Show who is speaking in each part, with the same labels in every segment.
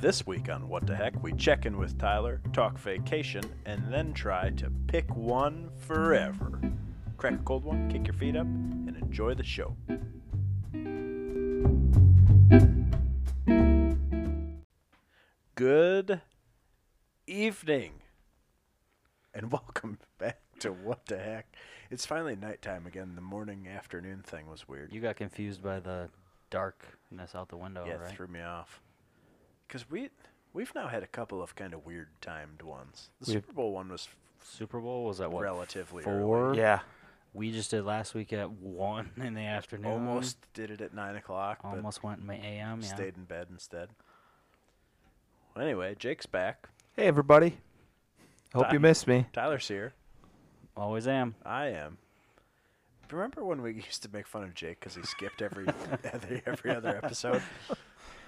Speaker 1: This week on What the Heck, we check in with Tyler, talk vacation, and then try to pick one forever. Crack a cold one, kick your feet up, and enjoy the show. Good evening, and welcome back to What the Heck. It's finally nighttime again. The morning afternoon thing was weird.
Speaker 2: You got confused by the darkness out the window,
Speaker 1: yeah, it
Speaker 2: right?
Speaker 1: threw me off. Because we we've now had a couple of kind of weird timed ones. The
Speaker 2: We've-
Speaker 1: Super Bowl one was
Speaker 2: Super Bowl was at what?
Speaker 1: relatively
Speaker 2: four.
Speaker 1: early.
Speaker 3: Yeah.
Speaker 2: We just did last week at one in the afternoon.
Speaker 1: almost did it at nine o'clock, but
Speaker 2: Almost went in my AM. Yeah.
Speaker 1: stayed in bed instead. Well, anyway, Jake's back.
Speaker 3: Hey everybody. Hope
Speaker 1: Bye.
Speaker 3: you missed me.
Speaker 1: Tyler's here.
Speaker 2: Always am.
Speaker 1: I am. Remember when we used to make fun of Jake because he skipped every every, every other episode?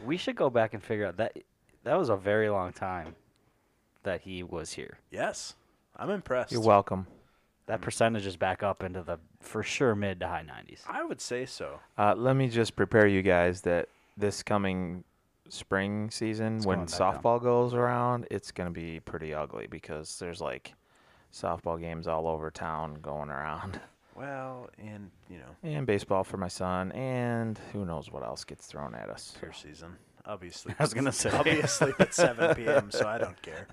Speaker 2: We should go back and figure out that that was a very long time that he was here.
Speaker 1: Yes, I'm impressed.
Speaker 3: You're welcome.
Speaker 2: That percentage is back up into the for sure mid to high 90s.
Speaker 1: I would say so.
Speaker 3: Uh, let me just prepare you guys that this coming spring season,
Speaker 2: going
Speaker 3: when
Speaker 2: back down.
Speaker 3: softball goes around, it's gonna be pretty ugly because there's like softball games all over town going around,
Speaker 1: Well, and you know,
Speaker 3: and baseball for my son, and who knows what else gets thrown at us.
Speaker 1: fair season. Obviously,
Speaker 2: I was gonna say.
Speaker 1: I'll be asleep at 7 p.m., so I don't care.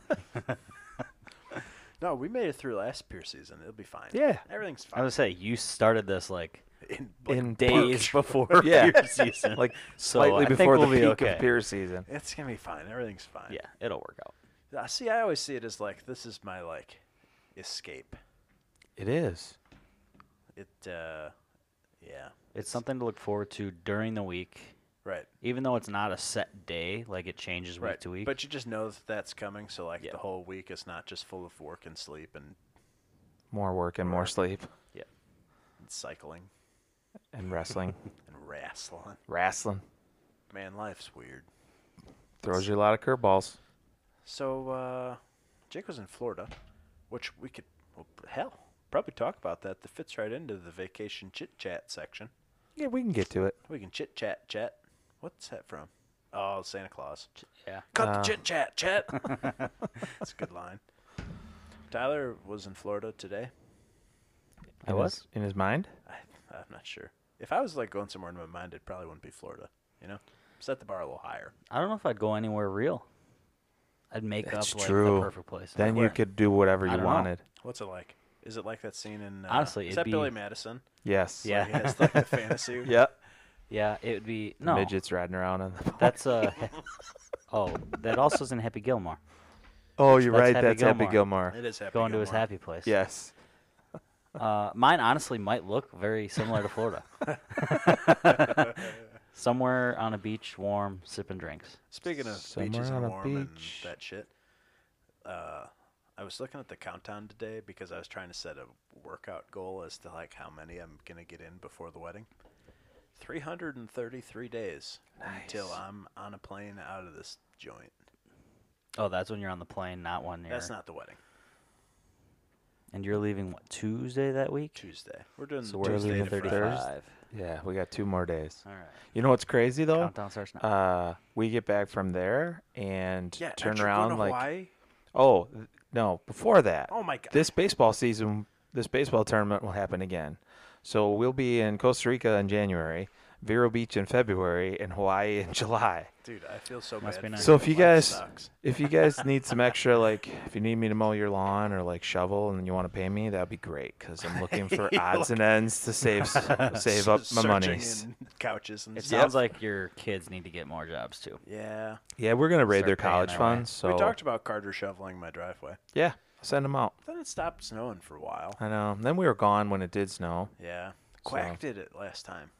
Speaker 1: no, we made it through last peer season. It'll be fine.
Speaker 3: Yeah.
Speaker 1: Everything's
Speaker 2: I
Speaker 1: fine.
Speaker 2: was gonna say you started this like
Speaker 1: in, like,
Speaker 3: In
Speaker 2: days before
Speaker 3: Yeah.
Speaker 2: your season,
Speaker 3: like
Speaker 2: so
Speaker 3: slightly
Speaker 2: I think
Speaker 3: before
Speaker 2: we'll
Speaker 3: the
Speaker 2: be
Speaker 3: peak
Speaker 2: okay.
Speaker 3: of peer season.
Speaker 1: it's going to be fine. Everything's fine.
Speaker 2: Yeah, it'll work out.
Speaker 1: I see, I always see it as like, this is my, like, escape.
Speaker 3: It is.
Speaker 1: It, uh, yeah.
Speaker 2: It's something to look forward to during the week,
Speaker 1: Right.
Speaker 2: even though it's not a set day. Like it changes week
Speaker 1: Right.
Speaker 2: to week.
Speaker 1: But you just know that that's coming, so, like,
Speaker 2: Yeah.
Speaker 1: the whole week is not just full of work and sleep and,
Speaker 3: More work and more sleep
Speaker 2: yeah,
Speaker 1: and cycling
Speaker 3: and wrestling,
Speaker 1: and wrestling.
Speaker 3: wrestling
Speaker 1: Man, life's weird.
Speaker 3: throws you a lot of curveballs.
Speaker 1: So uh, Jake was in Florida, which we could, well, hell, probably talk about that. That fits right into the vacation chit chat section.
Speaker 3: Yeah, we can get to it.
Speaker 1: We can chit chat chat. What's that from? Oh, Santa Claus.
Speaker 2: yeah.
Speaker 1: Cut the
Speaker 3: Uh.
Speaker 1: chit chat chat. That's a good line. Tyler was in Florida today.
Speaker 2: I
Speaker 3: In
Speaker 2: was?
Speaker 3: his, in his mind.
Speaker 1: I, I'm not sure. If I was like going somewhere in my mind, it probably wouldn't be Florida. You know, set the bar a little higher.
Speaker 2: I don't know if I'd go anywhere real. I'd make
Speaker 3: That's
Speaker 2: up like
Speaker 3: true.
Speaker 2: the perfect place.
Speaker 3: Then
Speaker 1: where?
Speaker 3: you could do whatever
Speaker 2: I
Speaker 3: you
Speaker 2: don't know.
Speaker 3: wanted.
Speaker 1: What's it like? Is it like that scene in? Uh,
Speaker 2: Honestly,
Speaker 1: is
Speaker 2: it'd
Speaker 1: that
Speaker 2: be-
Speaker 1: Billy Madison?
Speaker 3: Yes.
Speaker 2: Yeah.
Speaker 1: Like, it has, like the fantasy.
Speaker 3: yeah.
Speaker 2: yeah, it would be no.
Speaker 3: Midgets riding around on the.
Speaker 2: That's uh oh, that also is in Happy Gilmore.
Speaker 3: oh, you're
Speaker 2: that's
Speaker 3: right.
Speaker 2: Happy
Speaker 3: that's Happy Gilmore.
Speaker 1: It is happy.
Speaker 2: going to his
Speaker 1: Gilmore.
Speaker 2: happy place.
Speaker 3: Yes.
Speaker 2: Uh, mine honestly might look very similar to Florida. Somewhere on a beach, warm, sipping drinks.
Speaker 1: Speaking of beaches
Speaker 3: Somewhere
Speaker 1: and
Speaker 3: on a
Speaker 1: warm
Speaker 3: beach.
Speaker 1: and that shit, uh, I was looking at the countdown today because I was trying to set a workout goal as to like how many I'm gonna get in before the wedding. 333 days until
Speaker 3: Nice.
Speaker 1: I'm on a plane out of this joint.
Speaker 2: Oh, that's when you're on the plane, not when you're.
Speaker 1: That's not the wedding.
Speaker 2: And you're leaving what Tuesday that week?
Speaker 1: Tuesday. We're doing
Speaker 2: So
Speaker 1: the
Speaker 2: we're
Speaker 1: Tuesday
Speaker 2: leaving
Speaker 1: to
Speaker 3: Thursday.
Speaker 1: Friday.
Speaker 2: thirty-five.
Speaker 3: Yeah, we got two more days.
Speaker 2: All right.
Speaker 3: You know what's crazy though?
Speaker 2: Countdown starts now.
Speaker 3: Uh, we get back from there and
Speaker 1: Yeah,
Speaker 3: turn
Speaker 1: aren't you going
Speaker 3: around
Speaker 1: to
Speaker 3: like
Speaker 1: Hawaii?
Speaker 3: oh th- no before that.
Speaker 1: Oh my god.
Speaker 3: This baseball season, this baseball tournament will happen again. So we'll be in Costa Rica in January, Vero Beach in February, and Hawaii in July.
Speaker 1: dude, I feel so bad.
Speaker 2: Must be
Speaker 1: for
Speaker 2: nice.
Speaker 3: So if you
Speaker 1: Life
Speaker 3: guys-
Speaker 1: sucks.
Speaker 3: If you guys need some extra, like if you need me to mow your lawn or like shovel, and you want to pay me, that'd be great because I'm looking for odds and ends to save s- save up my
Speaker 1: Searching
Speaker 3: monies.
Speaker 1: in couches and
Speaker 2: it
Speaker 1: stuff.
Speaker 2: sounds like your kids need to get more jobs too.
Speaker 1: yeah.
Speaker 3: Yeah, we're gonna raid
Speaker 2: Start
Speaker 3: their
Speaker 2: paying
Speaker 3: college
Speaker 2: that way.
Speaker 3: funds. So
Speaker 1: We talked about Carter shoveling my driveway.
Speaker 3: yeah, I'll send them out.
Speaker 1: Then it stopped snowing for a while.
Speaker 3: I know. Then we were gone when it did snow.
Speaker 1: Yeah. Quack did it last time.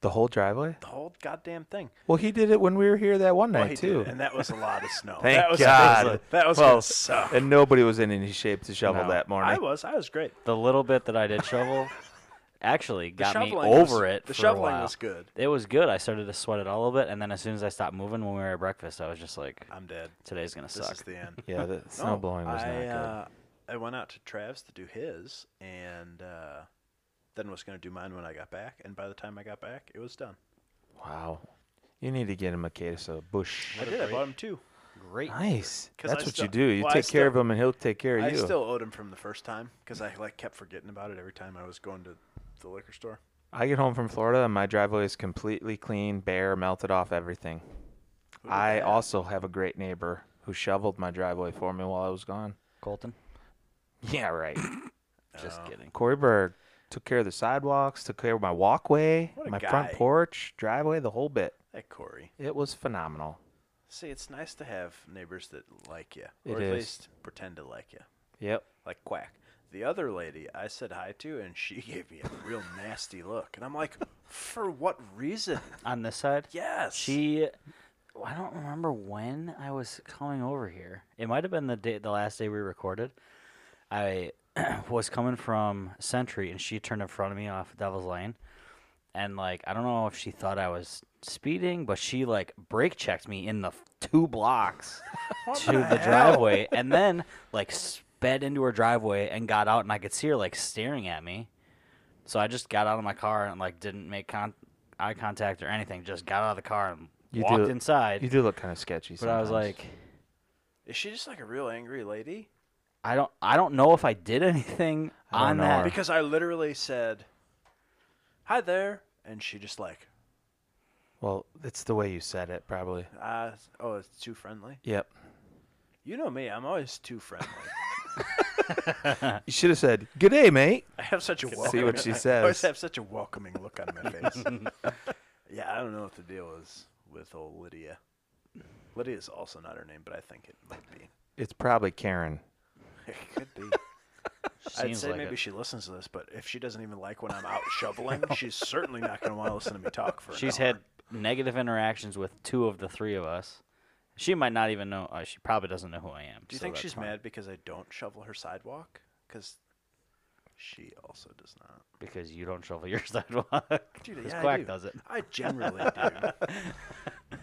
Speaker 3: The whole driveway.
Speaker 1: The whole goddamn thing.
Speaker 3: Well, he did it when we were here that one
Speaker 1: Well,
Speaker 3: night
Speaker 1: he did
Speaker 3: too.
Speaker 1: it, and that was a lot of snow.
Speaker 3: Thank
Speaker 1: that was, That
Speaker 3: God.
Speaker 1: was, a- that was
Speaker 3: well,
Speaker 1: gonna suck.
Speaker 3: and nobody was in any shape to shovel
Speaker 2: No.
Speaker 3: that morning.
Speaker 1: I was. I was great.
Speaker 2: The little bit that I did shovel actually
Speaker 1: The
Speaker 2: got me
Speaker 1: shoveling
Speaker 2: over
Speaker 1: was-
Speaker 2: it.
Speaker 1: The
Speaker 2: for
Speaker 1: shoveling
Speaker 2: a while.
Speaker 1: was good.
Speaker 2: It was good. I started to sweat it all a little bit, and then as soon as I stopped moving when we were at breakfast, I was just like,
Speaker 1: I'm dead.
Speaker 2: "Today's gonna
Speaker 1: This
Speaker 2: suck."
Speaker 1: is the end.
Speaker 3: yeah, the
Speaker 1: No,
Speaker 3: snow blowing was
Speaker 1: I,
Speaker 3: not good.
Speaker 1: Uh, I went out to Trav's to do his, and uh, then was going to do mine when I got back. And by the time I got back, it was done.
Speaker 3: Wow. You need to get him a case of bush.
Speaker 1: I
Speaker 2: a
Speaker 1: did. I
Speaker 2: great-
Speaker 1: bought him two.
Speaker 2: Great.
Speaker 3: Nice.
Speaker 1: 'Cause
Speaker 3: That's
Speaker 1: I
Speaker 3: what
Speaker 1: still-
Speaker 3: you do. You
Speaker 1: well, I
Speaker 3: take care of
Speaker 1: still-
Speaker 3: him, and he'll take care of
Speaker 1: I
Speaker 3: you.
Speaker 1: still owed him from the first time because I like kept forgetting about it every time I was going to the liquor store.
Speaker 3: I get home from Florida, and my driveway is completely clean, bare, melted off everything.
Speaker 1: Who did
Speaker 3: I
Speaker 1: that?
Speaker 3: also have a great neighbor who shoveled my driveway for me while I was gone.
Speaker 2: Colton.
Speaker 3: Yeah, right.
Speaker 2: Just
Speaker 1: Oh.
Speaker 2: kidding.
Speaker 3: Corey Berg took care of the sidewalks, took care of my walkway,
Speaker 1: What a
Speaker 3: my front
Speaker 1: guy.
Speaker 3: porch, driveway, the whole bit.
Speaker 1: Hey, Corey.
Speaker 3: It was phenomenal.
Speaker 1: See, it's nice to have neighbors that like you,
Speaker 3: It
Speaker 1: or at
Speaker 3: is.
Speaker 1: least pretend to like you,
Speaker 3: Yep.
Speaker 1: like Quack. The other lady I said hi to, and she gave me a real nasty look, and I'm like, for what reason?
Speaker 2: On this side,
Speaker 1: Yes.
Speaker 2: she. I don't remember when I was coming over here. It might have been the day, the last day we recorded. I was coming from Sentry, and she turned in front of me off of Devil's Lane, and like I don't know if she thought I was speeding, but she like brake checked me in the f- two blocks to the, driveway, and then like sped into her driveway and got out, and I could see her like staring at me. So I just got out of my car and like didn't make con- eye contact or anything. Just got out of the car and
Speaker 3: You
Speaker 2: walked
Speaker 3: do-
Speaker 2: inside.
Speaker 3: You do look kind of sketchy.
Speaker 2: but I was
Speaker 3: sometimes.
Speaker 2: like,
Speaker 1: Is she just like a real angry lady?
Speaker 2: I don't, I don't know if I did anything
Speaker 3: I don't
Speaker 2: on
Speaker 3: know
Speaker 2: that.
Speaker 3: her.
Speaker 1: Because I literally said, "Hi there," and she just like,
Speaker 3: well, it's the way you said it, probably.
Speaker 1: uh, "Oh, it's too friendly."
Speaker 3: Yep.
Speaker 1: You know me; I'm always too friendly.
Speaker 3: You should have said, "G'day, mate."
Speaker 1: I have such a welcoming,
Speaker 3: what she
Speaker 1: I always
Speaker 3: says.
Speaker 1: have such a welcoming look on my face. yeah, I don't know what the deal is with old Lydia. Lydia is also not her name, but I think it might be.
Speaker 3: It's probably Karen.
Speaker 1: It could be. I'd
Speaker 2: Seems
Speaker 1: say
Speaker 2: like
Speaker 1: maybe
Speaker 2: it.
Speaker 1: she listens to this, but if she doesn't even like when I'm out shoveling, she's certainly not going to want to listen to me talk for. an
Speaker 2: She's
Speaker 1: hour.
Speaker 2: had negative interactions with two of the three of us. She might not even know. Uh, she probably doesn't know who I am.
Speaker 1: Do you
Speaker 2: so
Speaker 1: think
Speaker 2: that's
Speaker 1: she's
Speaker 2: fine.
Speaker 1: mad because I don't shovel her sidewalk? Because she also does not.
Speaker 2: because you don't shovel your sidewalk?
Speaker 1: Dude,
Speaker 2: Because
Speaker 1: yeah, I
Speaker 2: Quack
Speaker 1: do.
Speaker 2: does it.
Speaker 1: I generally do.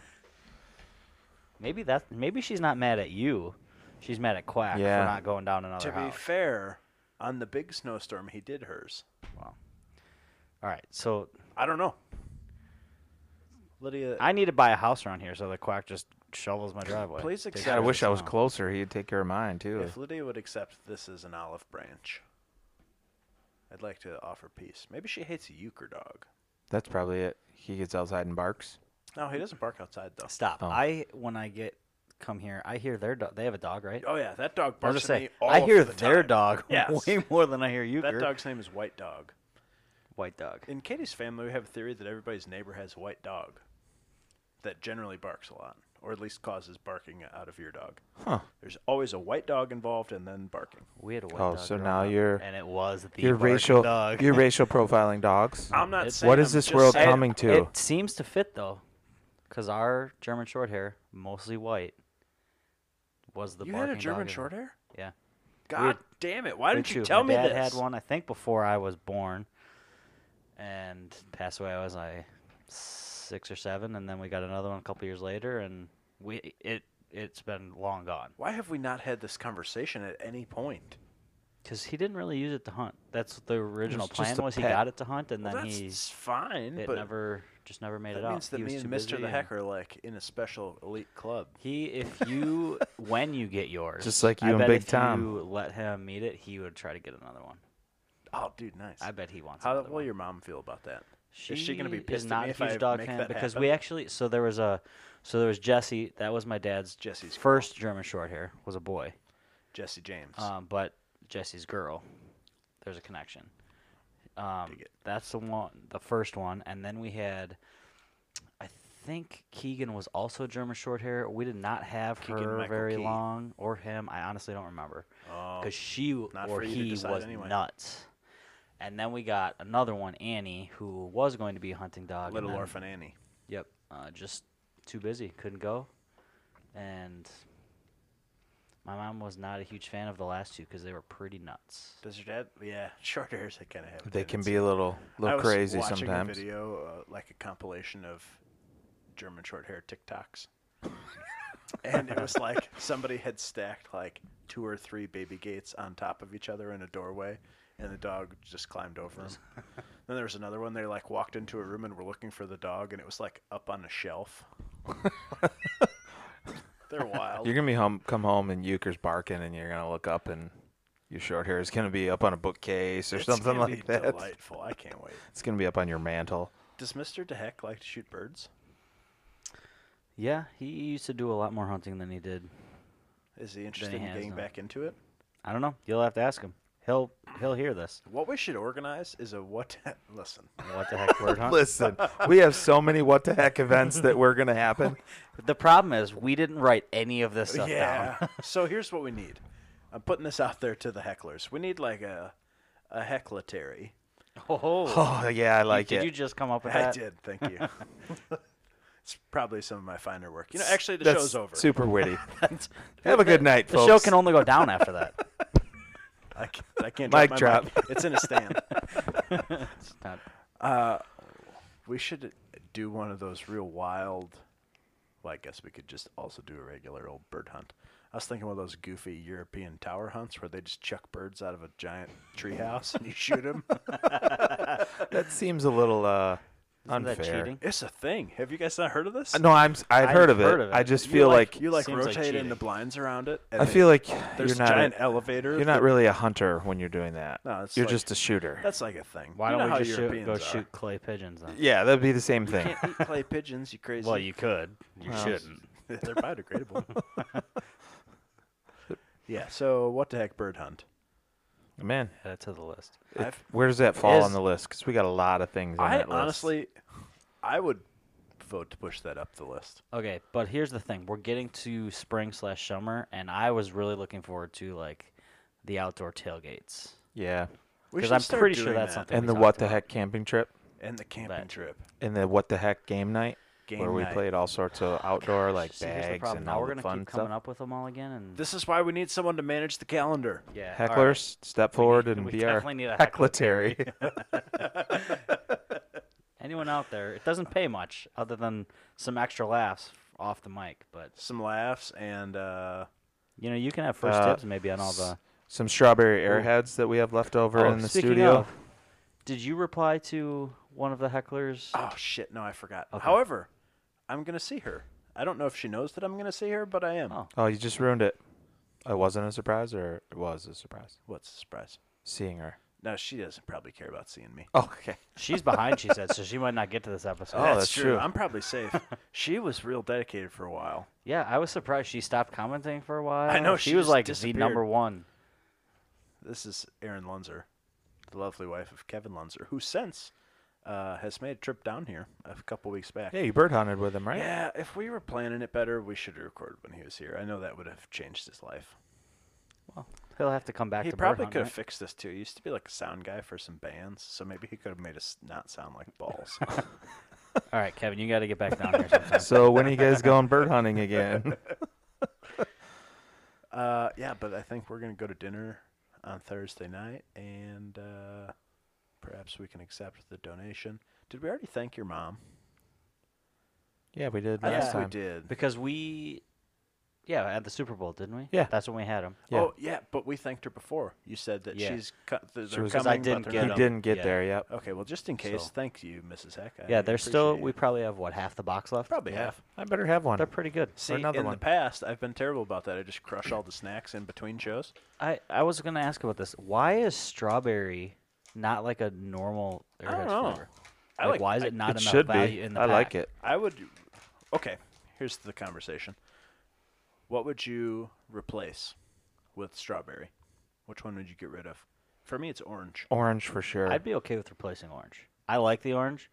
Speaker 2: Maybe that. Maybe she's not mad at you. She's mad at Quack
Speaker 3: Yeah.
Speaker 2: for not going down
Speaker 1: to
Speaker 2: another
Speaker 1: be
Speaker 2: house.
Speaker 1: fair, on the big snowstorm, he did hers.
Speaker 2: All right, so
Speaker 1: I don't know. Lydia,
Speaker 2: I need to buy a house around here so that Quack just shovels my driveway.
Speaker 1: Please
Speaker 2: Takes
Speaker 1: accept-
Speaker 2: care
Speaker 3: I
Speaker 2: of
Speaker 3: wish
Speaker 2: it
Speaker 3: I was
Speaker 2: somehow.
Speaker 3: closer. He'd take care of mine too.
Speaker 1: if Lydia would accept this as an olive branch, I'd like to offer peace. Maybe she hates a euchre dog.
Speaker 3: That's probably it. He gets outside and barks.
Speaker 1: No, he doesn't bark outside though.
Speaker 2: Stop.
Speaker 3: Oh.
Speaker 2: I when I get come here, I hear their dog. They have a dog, right?
Speaker 1: Oh yeah, that dog
Speaker 2: I was
Speaker 1: barks
Speaker 2: just
Speaker 1: at me
Speaker 2: saying,
Speaker 1: all
Speaker 2: I
Speaker 1: of
Speaker 2: hear
Speaker 1: the
Speaker 2: their
Speaker 1: time.
Speaker 2: dog
Speaker 1: Yes.
Speaker 2: way more than I hear you.
Speaker 1: That dog's name is White Dog.
Speaker 2: white dog.
Speaker 1: In Katie's family, we have a theory that everybody's neighbor has a white dog that generally barks a lot, or at least causes barking out of your dog.
Speaker 3: Huh.
Speaker 1: There's always a white dog involved and then barking.
Speaker 2: We had a white
Speaker 3: Oh,
Speaker 2: dog.
Speaker 3: so
Speaker 2: growing
Speaker 3: now
Speaker 2: up,
Speaker 3: you're-
Speaker 2: and it was the
Speaker 3: Your
Speaker 2: barking
Speaker 3: racial,
Speaker 2: dog.
Speaker 3: your racial profiling dogs.
Speaker 1: I'm not
Speaker 2: It's-
Speaker 1: saying.
Speaker 3: What is
Speaker 1: I'm
Speaker 3: this
Speaker 1: just
Speaker 3: world
Speaker 1: saying-
Speaker 3: coming to?
Speaker 2: It seems to fit though, because our German short hair, mostly white, was the
Speaker 1: You
Speaker 2: barking
Speaker 1: had a German
Speaker 2: dog as
Speaker 1: short
Speaker 2: well.
Speaker 1: hair?
Speaker 2: Yeah.
Speaker 1: God damn it! Why
Speaker 2: Me
Speaker 1: didn't you
Speaker 2: too.
Speaker 1: tell
Speaker 2: My
Speaker 1: me
Speaker 2: dad
Speaker 1: this?
Speaker 2: had one, I think, before I was born, and passed away. I was like six or seven, and then we got another one a couple years later, and we it it's been long gone
Speaker 1: Why have we not had this conversation at any point?
Speaker 2: because he didn't really use it to hunt. That's the original
Speaker 3: just
Speaker 2: plan
Speaker 3: a
Speaker 2: was he
Speaker 3: pet.
Speaker 2: got it to hunt, and
Speaker 1: Well,
Speaker 2: then
Speaker 1: that's
Speaker 2: he
Speaker 1: fine,
Speaker 2: it
Speaker 1: but
Speaker 2: never just never made
Speaker 1: that
Speaker 2: it out.
Speaker 1: means that
Speaker 2: He was
Speaker 1: me and
Speaker 2: too
Speaker 1: Mister
Speaker 2: busy
Speaker 1: the
Speaker 2: and-
Speaker 1: Heck are like in a special elite club.
Speaker 2: He, if you, when you get yours,
Speaker 3: Just like
Speaker 2: I
Speaker 3: you and
Speaker 2: bet
Speaker 3: Big
Speaker 2: if
Speaker 3: Tom.
Speaker 2: you let him meet it, he would try to get another one.
Speaker 1: Oh, dude, nice.
Speaker 2: I bet he wants.
Speaker 1: How
Speaker 2: another
Speaker 1: will
Speaker 2: one.
Speaker 1: your mom feel about that?
Speaker 2: She
Speaker 1: is she gonna be pissed
Speaker 2: is
Speaker 1: at
Speaker 2: not
Speaker 1: me
Speaker 2: a
Speaker 1: if I
Speaker 2: huge dog
Speaker 1: make
Speaker 2: fan
Speaker 1: that
Speaker 2: because
Speaker 1: happen?
Speaker 2: we actually. So there was a, so there was Jesse. That was my dad's
Speaker 1: Jesse's girl.
Speaker 2: first German short hair was a boy,
Speaker 1: Jesse James.
Speaker 2: um, but Jesse's girl. There's a connection. Um,
Speaker 1: Dig it.
Speaker 2: that's the one, the first one, and then we had. I think Keegan was also German short hair. We did not have
Speaker 1: Keegan
Speaker 2: her
Speaker 1: Michael
Speaker 2: very
Speaker 1: Key.
Speaker 2: long, or him. I honestly don't remember.
Speaker 1: Oh.
Speaker 2: because she w-
Speaker 1: not
Speaker 2: or
Speaker 1: for you to
Speaker 2: he
Speaker 1: decide
Speaker 2: was
Speaker 1: anyway.
Speaker 2: nuts. And then we got another one, Annie, who was going to be a hunting dog. and
Speaker 1: Little
Speaker 2: then-
Speaker 1: Orphan Annie.
Speaker 2: Yep, uh, just too busy, couldn't go. And my mom was not a huge fan of the last two because they were pretty nuts.
Speaker 1: Does your dad? Yeah, short hairs. They kind of have. a
Speaker 3: They can
Speaker 1: tendency.
Speaker 3: be a little,
Speaker 1: I
Speaker 3: little
Speaker 1: was
Speaker 3: crazy
Speaker 1: watching
Speaker 3: sometimes.
Speaker 1: A video, uh, like a compilation of German short hair TikToks, and it was like somebody had stacked like two or three baby gates on top of each other in a doorway, and the dog just climbed over them. Then there was another one. They like walked into a room and were looking for the dog, and it was like up on a shelf. They're wild.
Speaker 3: You're gonna be home, come home, and Euchre's barking, and you're gonna look up, and your short hair is gonna be up on a bookcase or
Speaker 1: It's
Speaker 3: something
Speaker 1: gonna
Speaker 3: like
Speaker 1: be
Speaker 3: that.
Speaker 1: Delightful. I can't wait.
Speaker 3: It's gonna be up on your mantle.
Speaker 1: Does Mister DeHeck like to shoot birds?
Speaker 2: Yeah, he used to do a lot more hunting than he did.
Speaker 1: Is he interested in
Speaker 2: has
Speaker 1: getting
Speaker 2: not.
Speaker 1: back into it?
Speaker 2: I don't know. You'll have to ask him. He'll he'll hear this.
Speaker 1: What we should organize is a what? Listen,
Speaker 2: What the heck bird hunt?
Speaker 3: Listen, we have so many what the heck events that were gonna happen.
Speaker 2: The problem is we didn't write any of this stuff down.
Speaker 1: yeah. so here's what we need. I'm putting this out there to the hecklers. We need like a a hecklitary.
Speaker 2: Oh,
Speaker 3: Oh yeah, I like
Speaker 2: did
Speaker 3: it.
Speaker 2: you just come up with
Speaker 1: I
Speaker 2: that?
Speaker 1: did. Thank you. it's probably some of my finer work. You know, actually, the
Speaker 3: That's
Speaker 1: show's over.
Speaker 3: Super witty. have a good night,
Speaker 2: The
Speaker 3: folks.
Speaker 2: show can only go down after that.
Speaker 1: I can't, I can't
Speaker 3: Mic
Speaker 1: drop my
Speaker 3: drop.
Speaker 1: mic. It's in a stand.
Speaker 2: It's not-
Speaker 1: we should do one of those real wild. Well, I guess we could just also do a regular old bird hunt. I was thinking one of those goofy European tower hunts where they just chuck birds out of a giant treehouse and you shoot them.
Speaker 3: that seems a little uh,
Speaker 2: Isn't
Speaker 3: unfair.
Speaker 2: that cheating?
Speaker 1: it's a thing. Have you guys not heard of this?
Speaker 3: Uh, No, I'm. s- I've,
Speaker 2: I've
Speaker 3: heard, of,
Speaker 2: heard
Speaker 3: it.
Speaker 2: of
Speaker 3: I
Speaker 2: it.
Speaker 3: just
Speaker 1: You
Speaker 3: feel
Speaker 1: like,
Speaker 3: like,
Speaker 1: you like
Speaker 2: Seems like
Speaker 1: rotate in
Speaker 2: cheating.
Speaker 1: the blinds around it. and
Speaker 3: I
Speaker 1: then
Speaker 3: feel like
Speaker 1: there's
Speaker 3: you're not.
Speaker 1: a giant
Speaker 3: a-
Speaker 1: elevator.
Speaker 3: you're not really a hunter when you're doing that.
Speaker 1: No, it's
Speaker 3: you're
Speaker 1: like-
Speaker 3: just a shooter.
Speaker 1: That's like a thing. You
Speaker 2: Why
Speaker 1: know
Speaker 2: don't
Speaker 1: how
Speaker 2: we just shoot,
Speaker 1: Europeans
Speaker 2: go
Speaker 1: are.
Speaker 2: shoot clay pigeons then?
Speaker 3: yeah, that'd be the same thing.
Speaker 1: Can't eat clay pigeons, you crazy.
Speaker 2: Well, you could. You
Speaker 3: Well,
Speaker 2: shouldn't.
Speaker 1: They're biodegradable. yeah. So what the heck, bird hunt?
Speaker 3: Man,
Speaker 2: Add it to the list.
Speaker 1: I've,
Speaker 3: where does that fall on
Speaker 2: Is-
Speaker 3: the list? Because we got a lot of things on
Speaker 1: I
Speaker 3: that list.
Speaker 1: honestly, I would vote to push that up the list.
Speaker 2: Okay, but here's the thing: we're getting to spring slash summer, and I was really looking forward to like the outdoor tailgates
Speaker 3: yeah,
Speaker 1: We
Speaker 2: Because
Speaker 1: should
Speaker 2: I'm
Speaker 1: start
Speaker 2: pretty sure
Speaker 1: doing
Speaker 2: that's
Speaker 1: that.
Speaker 2: something-
Speaker 3: and
Speaker 2: we
Speaker 3: the
Speaker 2: talked
Speaker 3: what the
Speaker 2: about.
Speaker 3: heck camping trip,
Speaker 1: And the camping
Speaker 2: That-
Speaker 1: trip.
Speaker 3: and the what the heck game night,
Speaker 1: Game
Speaker 3: where we
Speaker 1: night.
Speaker 3: played all sorts of outdoor like
Speaker 2: Oh, See, here's the
Speaker 3: bags
Speaker 2: problem:
Speaker 3: and
Speaker 2: now
Speaker 3: all
Speaker 2: we're
Speaker 3: the
Speaker 2: gonna
Speaker 3: fun
Speaker 2: keep
Speaker 3: stuff.
Speaker 2: coming up with them all again, and
Speaker 1: This is why we need someone to manage the calendar.
Speaker 2: yeah, all right.
Speaker 3: Hecklers, step forward and
Speaker 2: we
Speaker 3: be our
Speaker 2: definitely need a
Speaker 3: heckletary.
Speaker 2: Anyone out there? It doesn't pay much other than some extra laughs off the mic, but
Speaker 1: Some laughs and uh,
Speaker 2: you know you can have first
Speaker 3: Uh,
Speaker 2: tips maybe on all the.
Speaker 3: Some strawberry airheads that we have left over
Speaker 2: Oh,
Speaker 3: in the
Speaker 2: speaking
Speaker 3: studio.
Speaker 2: of, did you reply to one of the hecklers?
Speaker 1: oh shit, no, I forgot. However, I'm gonna see her. I don't know if she knows that I'm gonna see her, but I am.
Speaker 2: Oh.
Speaker 3: Oh, you just ruined it. It wasn't a surprise, or it was a surprise
Speaker 1: What's the surprise?
Speaker 3: seeing her.
Speaker 1: No, she doesn't probably care about seeing me.
Speaker 3: Oh, okay.
Speaker 2: She's behind, she said, so she might not get to this episode.
Speaker 3: Oh, that's true.
Speaker 1: I'm probably safe. she was real dedicated for a while.
Speaker 2: Yeah, I was surprised she stopped commenting for a while.
Speaker 1: know,
Speaker 2: she,
Speaker 1: she
Speaker 2: was
Speaker 1: just
Speaker 2: like the
Speaker 1: disappeared.
Speaker 2: number one.
Speaker 1: This is Erin Lunzer, the lovely wife of Kevin Lunzer, who since uh, has made a trip down here a couple weeks back.
Speaker 3: Yeah, you bird hunted with him, right?
Speaker 1: Yeah, if we were planning it better, we should have recorded when he was here. I know that would have changed his life.
Speaker 2: Well, he'll have to come back.
Speaker 1: he
Speaker 2: to
Speaker 1: probably
Speaker 2: Burhunt,
Speaker 1: could have
Speaker 2: right?
Speaker 1: fixed this too. He used to be like a sound guy for some bands, so maybe he could have made us not sound like balls.
Speaker 2: All right, Kevin, you got to get back down here sometime.
Speaker 3: So when are you guys going bird hunting again?
Speaker 1: uh, yeah, but I think we're gonna go to dinner on Thursday night, and uh, perhaps we can accept the donation. Did we already thank your mom?
Speaker 3: yeah, we did
Speaker 1: I
Speaker 3: last
Speaker 1: think
Speaker 3: time.
Speaker 1: we did.
Speaker 2: because we, yeah, at the Super Bowl, didn't we?
Speaker 3: Yeah.
Speaker 2: that's when we had him.
Speaker 3: Yeah.
Speaker 1: Oh yeah, but we thanked her before. You said that
Speaker 2: Yeah.
Speaker 1: she's co- th-
Speaker 3: She
Speaker 1: they're
Speaker 3: was- 'Cause
Speaker 1: coming.
Speaker 2: I
Speaker 1: but
Speaker 2: didn't
Speaker 1: they're
Speaker 2: get
Speaker 1: not.
Speaker 3: He
Speaker 2: um, 'em.
Speaker 3: didn't get
Speaker 2: yeah.
Speaker 3: there. Yep.
Speaker 1: Okay, well, just in case,
Speaker 2: So-
Speaker 1: thank you, Mrs. Heck. I
Speaker 2: yeah, there's still
Speaker 1: appreciate
Speaker 2: we
Speaker 1: it.
Speaker 2: probably have what half the box left.
Speaker 1: probably have.
Speaker 3: I better have one.
Speaker 2: They're pretty good.
Speaker 1: See,
Speaker 3: another
Speaker 1: in
Speaker 3: one.
Speaker 1: the past, I've been terrible about that. I just crush all the snacks in between shows.
Speaker 2: I I was gonna ask about this. Why is strawberry not like a normal?
Speaker 1: don't
Speaker 2: Airheads
Speaker 1: know.
Speaker 2: flavor?
Speaker 1: I
Speaker 2: like,
Speaker 1: like-
Speaker 2: why is
Speaker 1: I-
Speaker 2: it not
Speaker 3: it
Speaker 2: enough
Speaker 3: should
Speaker 2: value
Speaker 3: be.
Speaker 2: in the
Speaker 3: I like
Speaker 2: pack?
Speaker 3: it.
Speaker 1: I would. Okay, here's the conversation. What would you replace with strawberry? Which one would you get rid of? For me, it's orange.
Speaker 3: Orange for sure.
Speaker 2: I'd be okay with replacing orange. I like the orange.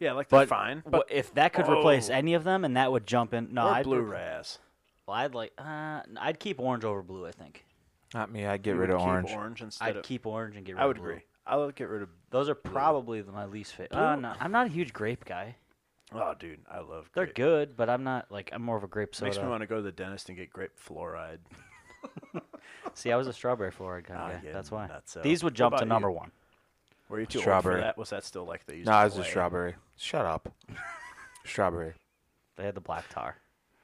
Speaker 1: Yeah, like they're
Speaker 2: But
Speaker 1: fine.
Speaker 2: wha-
Speaker 1: But
Speaker 2: if that could replace any of them, and that would jump in. No,
Speaker 1: or
Speaker 2: I'd
Speaker 1: blue
Speaker 2: re-
Speaker 1: raz.
Speaker 2: Well, I'd like. Uh, I'd keep orange over blue. I think.
Speaker 3: Not me. I'd get
Speaker 1: You
Speaker 3: rid
Speaker 1: would
Speaker 3: of
Speaker 1: keep
Speaker 3: orange.
Speaker 1: orange instead
Speaker 2: I'd
Speaker 1: of-
Speaker 2: keep orange and get rid
Speaker 1: I would
Speaker 2: of blue.
Speaker 1: agree. I would get rid of.
Speaker 2: Those are probably the- my least favorite. Uh, no, I'm not a huge grape guy.
Speaker 1: Oh, dude, I love.
Speaker 2: They're
Speaker 1: grape.
Speaker 2: good, but I'm not like I'm more of a grape soda.
Speaker 1: Makes me want to go to the dentist and get grape fluoride.
Speaker 2: See, I was a strawberry fluoride kind
Speaker 1: Ah,
Speaker 2: of guy.
Speaker 1: yeah,
Speaker 2: That's why.
Speaker 1: nutso.
Speaker 2: These would
Speaker 1: What
Speaker 2: jump
Speaker 1: about
Speaker 2: to
Speaker 1: you?
Speaker 2: number one.
Speaker 1: Were you too old
Speaker 3: Strawberry.
Speaker 1: for that? Was that still like they used?
Speaker 3: No,
Speaker 1: to
Speaker 3: it's a
Speaker 1: play?
Speaker 3: strawberry. Shut up. strawberry.
Speaker 2: They had the black tar.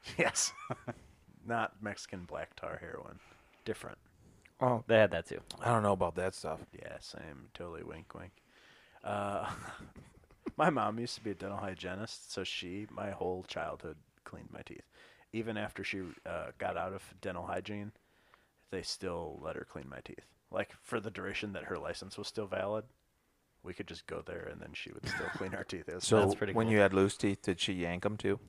Speaker 1: Yes. Not Mexican black tar heroin. Different.
Speaker 3: Oh,
Speaker 2: They had that too.
Speaker 3: I don't know about that stuff.
Speaker 1: Yeah, same. Totally wink wink. Uh, my mom used to be a dental hygienist, so she, my whole childhood, cleaned my teeth. Even after she uh, got out of dental hygiene, they still let her clean my teeth. Like for the duration that her license was still valid, we could just go there and then she would still clean our teeth. It was
Speaker 3: So
Speaker 2: That's pretty
Speaker 3: when
Speaker 2: cool.
Speaker 3: you had loose teeth, did she yank them too?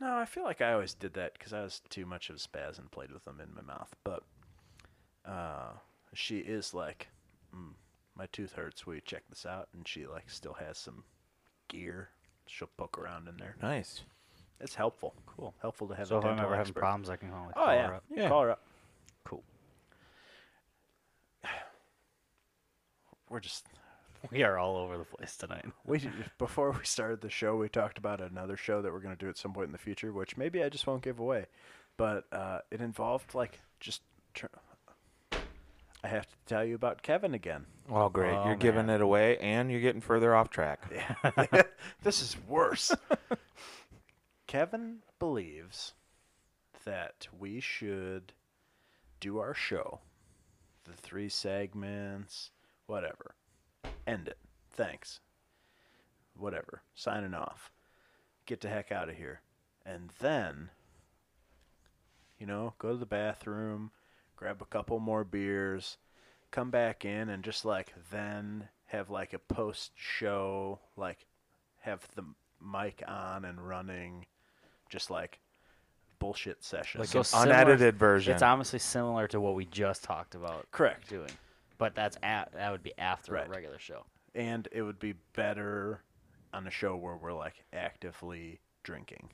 Speaker 1: No, I feel like I always did that because I was too much of a spaz and played with them in my mouth. But uh, she is like, mm, my tooth hurts. Will you check this out? And she like still has some gear. She'll poke around in there.
Speaker 3: Nice.
Speaker 1: It's helpful. Cool. Helpful to have.
Speaker 2: So
Speaker 1: a
Speaker 2: if I'm
Speaker 1: dental
Speaker 2: ever having
Speaker 1: expert.
Speaker 2: problems, I can call, like,
Speaker 1: oh
Speaker 2: call
Speaker 1: yeah.
Speaker 2: her up.
Speaker 1: You
Speaker 3: Yeah.
Speaker 1: call her up.
Speaker 2: Cool.
Speaker 1: We're just
Speaker 2: We are all over the place tonight.
Speaker 1: we before we started the show, we talked about another show that we're going to do at some point in the future, which maybe I just won't give away. But uh, it involved like just. Tr- I have to tell you about Kevin again.
Speaker 3: Oh, great.
Speaker 2: Oh,
Speaker 3: you're giving
Speaker 2: man.
Speaker 3: it away and you're getting further off track.
Speaker 1: this is worse. Kevin believes that we should do our show, the three segments, whatever. End it. Thanks. Whatever. Signing off. Get the heck out of here. And then, you know, go to the bathroom, grab a couple more beers, come back in and just like then have like a post show like have the mic on and running just like bullshit session
Speaker 2: Like
Speaker 3: So
Speaker 2: an similar-
Speaker 3: unedited version.
Speaker 2: It's honestly similar to what we just talked about
Speaker 1: correct
Speaker 2: doing, but that's a that would be after
Speaker 1: Right.
Speaker 2: a regular show.
Speaker 1: and it would be better on a show where we're like actively drinking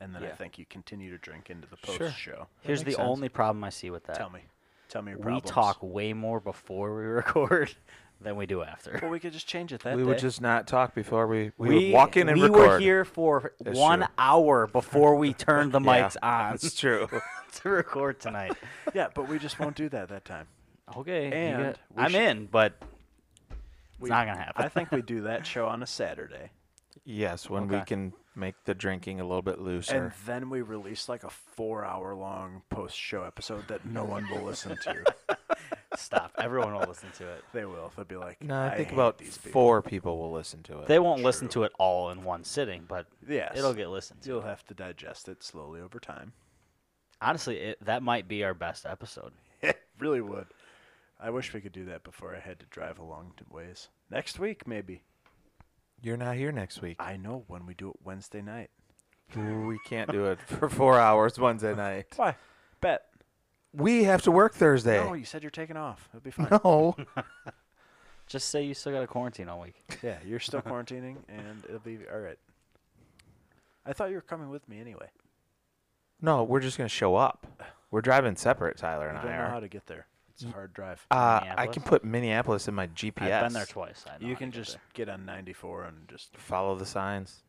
Speaker 1: and then i
Speaker 3: Yeah.
Speaker 1: think you continue to drink into the post
Speaker 3: Sure.
Speaker 1: show
Speaker 2: Here's the
Speaker 3: makes sense.
Speaker 2: only problem I see with that.
Speaker 1: tell me tell me your
Speaker 2: we
Speaker 1: problems
Speaker 2: talk way more before we record than we do after.
Speaker 1: well we could just change it that
Speaker 3: we
Speaker 1: day.
Speaker 3: would just not talk before we, we, would walk in and
Speaker 2: we
Speaker 3: record.
Speaker 2: were here for
Speaker 3: That's
Speaker 2: one
Speaker 3: true.
Speaker 2: hour before we turned the
Speaker 3: Yeah,
Speaker 2: mics on
Speaker 3: That's true.
Speaker 2: to record tonight.
Speaker 1: yeah but we just won't do that that time
Speaker 2: Okay, you
Speaker 1: And
Speaker 2: got-
Speaker 1: we
Speaker 2: I'm
Speaker 1: should-
Speaker 2: in, but
Speaker 1: We-
Speaker 2: not gonna happen.
Speaker 1: i think we do that show on a saturday
Speaker 3: yes, when we
Speaker 1: Okay.
Speaker 3: can make the drinking a little bit looser.
Speaker 1: And then we release like a four hour long post show episode that no one will listen to.
Speaker 2: stop. Everyone will listen to it.
Speaker 1: They will. They'll be like,
Speaker 3: no, I think
Speaker 1: hate
Speaker 3: about
Speaker 1: these people.
Speaker 3: four people will listen to it.
Speaker 2: They won't listen to it all in one sitting, but
Speaker 1: Yes.
Speaker 2: it'll get listened to.
Speaker 1: You'll have to digest it slowly over time.
Speaker 2: Honestly, it, that might be our best episode.
Speaker 1: it really would. I wish we could do that before I had to drive a long t- ways. Next week, maybe.
Speaker 3: You're not here next week.
Speaker 1: I know when we do it Wednesday night.
Speaker 3: Ooh, we can't do it for four hours Wednesday night.
Speaker 1: Why? Bet.
Speaker 3: We have to work Thursday.
Speaker 1: No, you said you're taking off. It'll be fine.
Speaker 3: No.
Speaker 2: Just say you still got a quarantine all week.
Speaker 1: Yeah, you're still quarantining, and it'll be all right. I thought you were coming with me anyway.
Speaker 3: No, we're just gonna show up. We're driving separate, Tyler and
Speaker 1: I
Speaker 3: I,
Speaker 1: don't know how
Speaker 3: are.
Speaker 1: to get there. It's a hard drive.
Speaker 3: Uh, I
Speaker 2: Minneapolis?
Speaker 3: can put Minneapolis in my GPS.
Speaker 2: I've been there twice. I
Speaker 1: You
Speaker 2: know how to
Speaker 1: can
Speaker 2: get
Speaker 1: just
Speaker 2: there.
Speaker 1: get on 94 and just.
Speaker 3: Follow the signs.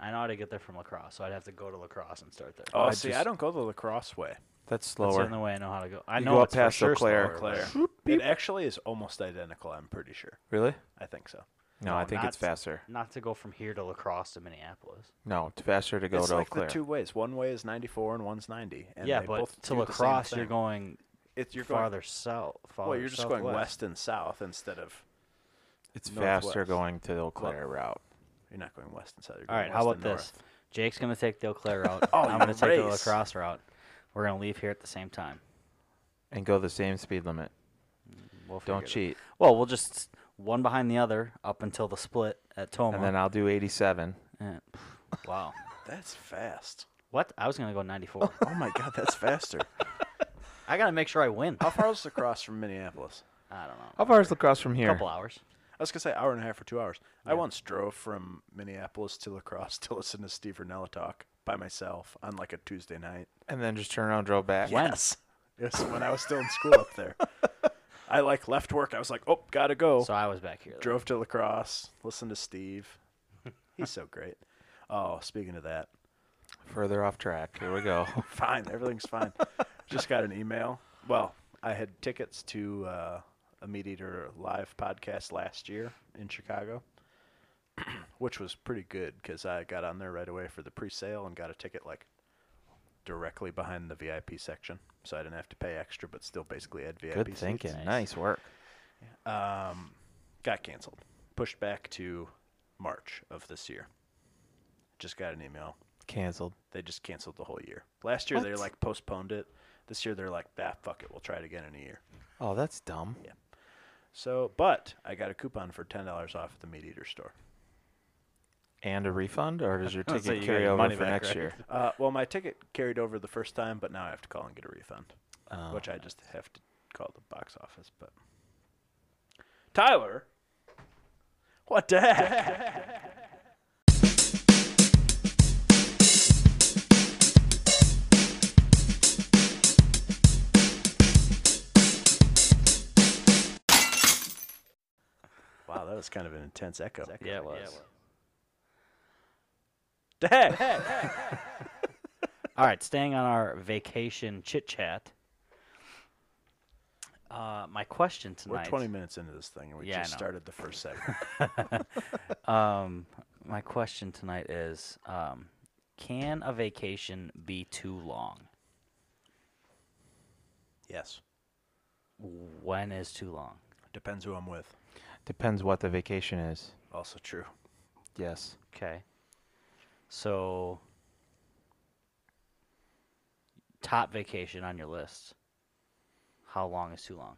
Speaker 2: I know how to get there from lacrosse, so I'd have to go to lacrosse and start there.
Speaker 1: Oh,
Speaker 3: I
Speaker 1: see, I
Speaker 3: just-
Speaker 1: don't go the lacrosse way.
Speaker 3: That's
Speaker 2: That's the
Speaker 3: slower.
Speaker 2: only way I know how to go. I
Speaker 3: You
Speaker 2: know
Speaker 3: go up
Speaker 2: it's for
Speaker 3: past
Speaker 2: sure
Speaker 3: Eau Claire.
Speaker 2: slower,
Speaker 1: Claire.
Speaker 2: but-
Speaker 1: It actually is almost identical, I'm pretty sure.
Speaker 3: really?
Speaker 1: I think so.
Speaker 3: No,
Speaker 2: No,
Speaker 3: I think
Speaker 2: not
Speaker 3: it's
Speaker 2: s-
Speaker 3: faster.
Speaker 2: Not to go from here to lacrosse to Minneapolis.
Speaker 3: No, it's faster to go
Speaker 1: it's
Speaker 3: to Eau
Speaker 1: like
Speaker 3: Claire.
Speaker 1: the two ways. One way is 94 and one's 90. And
Speaker 2: yeah,
Speaker 1: they
Speaker 2: but
Speaker 1: both
Speaker 2: to
Speaker 1: do the same
Speaker 2: lacrosse, you're
Speaker 1: thing.
Speaker 2: going
Speaker 1: It's, you're going-
Speaker 2: farther south. Farther
Speaker 1: well, you're just going
Speaker 2: southwest.
Speaker 1: west and south instead of.
Speaker 3: it's faster
Speaker 1: northwest.
Speaker 3: going to the Eau Claire route.
Speaker 1: You're not going west and south. You're
Speaker 2: All
Speaker 1: going
Speaker 2: right, how
Speaker 1: west
Speaker 2: about
Speaker 1: and
Speaker 2: this? Jake's going to take the Eau Claire route.
Speaker 1: Oh,
Speaker 2: I'm going
Speaker 1: you
Speaker 2: to take the
Speaker 1: race.
Speaker 2: lacrosse route. We're going to leave here at the same time.
Speaker 3: And go the same speed limit.
Speaker 2: We'll
Speaker 3: Don't
Speaker 2: figure it
Speaker 3: cheat.
Speaker 2: out. Well, we'll just one behind the other up until the split at Toma.
Speaker 3: And then I'll do 87.
Speaker 2: Yeah. wow.
Speaker 1: north. That's fast.
Speaker 2: What? I was going to go 94.
Speaker 1: Oh my God, that's faster.
Speaker 2: I got to make sure I win.
Speaker 1: How far is lacrosse from Minneapolis?
Speaker 2: I don't know.
Speaker 3: How far is lacrosse from here?
Speaker 2: couple hours.
Speaker 1: I was gonna say hour and a half or two hours. I once drove from Minneapolis to Lacrosse to listen to Steve Renella talk by myself on like a Tuesday night.
Speaker 3: And then just turn around and drove back.
Speaker 2: When?
Speaker 1: It was when I was still in school up there. I like left work. I was like, oh, gotta go.
Speaker 2: So I was back here. then.
Speaker 1: Drove to Lacrosse. Listened to Steve. He's so great. Oh, speaking of that,
Speaker 3: Further off track. Here we go.
Speaker 1: fine. Everything's fine. Just got an email. Well, I had tickets to uh, a Meat Eater live podcast last year in Chicago, which was pretty good because I got on there right away for the pre sale and got a ticket like directly behind the VIP section. So I didn't have to pay extra, but still basically had VIP
Speaker 3: Good
Speaker 1: seats.
Speaker 3: thinking.
Speaker 2: nice.
Speaker 3: Nice work.
Speaker 1: Um, got canceled, pushed back to March of this year. Just got an email.
Speaker 3: Canceled.
Speaker 1: They just canceled the whole year. Last year they
Speaker 3: What?
Speaker 1: like postponed it. This year they're like, ah, fuck it, we'll try it again in a year.
Speaker 3: Oh, that's dumb.
Speaker 1: Yeah. So, but I got a coupon for ten dollars off at the meat eater store.
Speaker 3: And a refund, or does your
Speaker 2: So you
Speaker 3: ticket
Speaker 2: got
Speaker 3: carry
Speaker 2: your
Speaker 3: over
Speaker 2: money
Speaker 3: for
Speaker 2: back,
Speaker 3: next
Speaker 2: right?
Speaker 3: year?
Speaker 1: Uh, well, my ticket carried over the first time, but now I have to call and get a refund,
Speaker 3: Oh.
Speaker 1: which I just have to call the box office. But Tyler, what the heck? wow, that was kind of an intense echo.
Speaker 2: Yeah, it was.
Speaker 1: The heck?
Speaker 2: All right, staying on our vacation chit chat. Uh, my question
Speaker 1: We're
Speaker 2: tonight.
Speaker 1: 20 minutes into this thing, and we
Speaker 2: Yeah, I
Speaker 1: just
Speaker 2: know.
Speaker 1: started the first segment.
Speaker 2: Um, my question tonight is, um, can a vacation be too long?
Speaker 1: yes.
Speaker 2: When is too long?
Speaker 1: Depends who I'm with.
Speaker 3: Depends what the vacation is.
Speaker 1: Also true.
Speaker 3: Yes.
Speaker 2: Okay. So, top vacation on your list. How long is too long?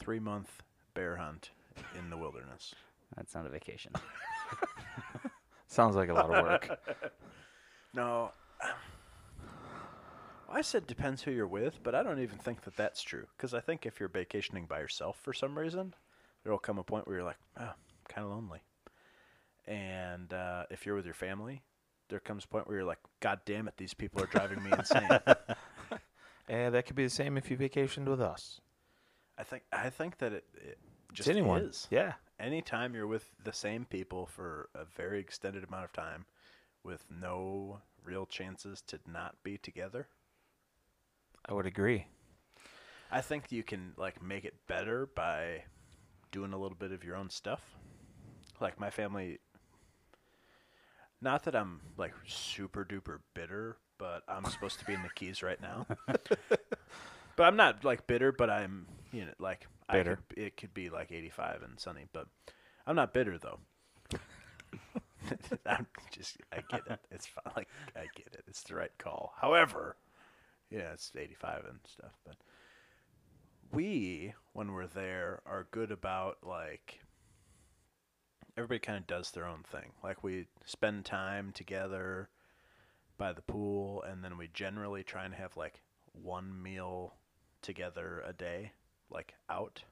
Speaker 1: Three month bear hunt in the wilderness.
Speaker 2: That's not a vacation.
Speaker 3: Sounds like a lot of work.
Speaker 1: No. I said depends who you're with, but I don't even think that that's true. Because I think if you're vacationing by yourself for some reason, there will come a point where you're like, oh, kind of lonely. And uh, if you're with your family, there comes a point where you're like, God damn it, these people are driving me insane.
Speaker 3: Eh, that could be the same if you vacationed with us.
Speaker 1: I think I think that it, it
Speaker 3: It's
Speaker 1: just
Speaker 3: anyone.
Speaker 1: is.
Speaker 3: Yeah.
Speaker 1: anytime you're with the same people for a very extended amount of time with no real chances to not be together
Speaker 3: I would agree.
Speaker 1: i think you can like make it better by doing a little bit of your own stuff like my family not that i'm like super duper bitter but i'm supposed to be in the keys right now but i'm not like bitter but i'm you know like I
Speaker 3: Bitter.
Speaker 1: could- it could be like 85 and sunny but i'm not bitter though I'm just, I get it. It's fine. Like, I get it. It's the right call. However, yeah, it's 85 and stuff. But we, when we're there, are good about like everybody kind of does their own thing. Like, we spend time together by the pool, and then we generally try and have like one meal together a day, like out.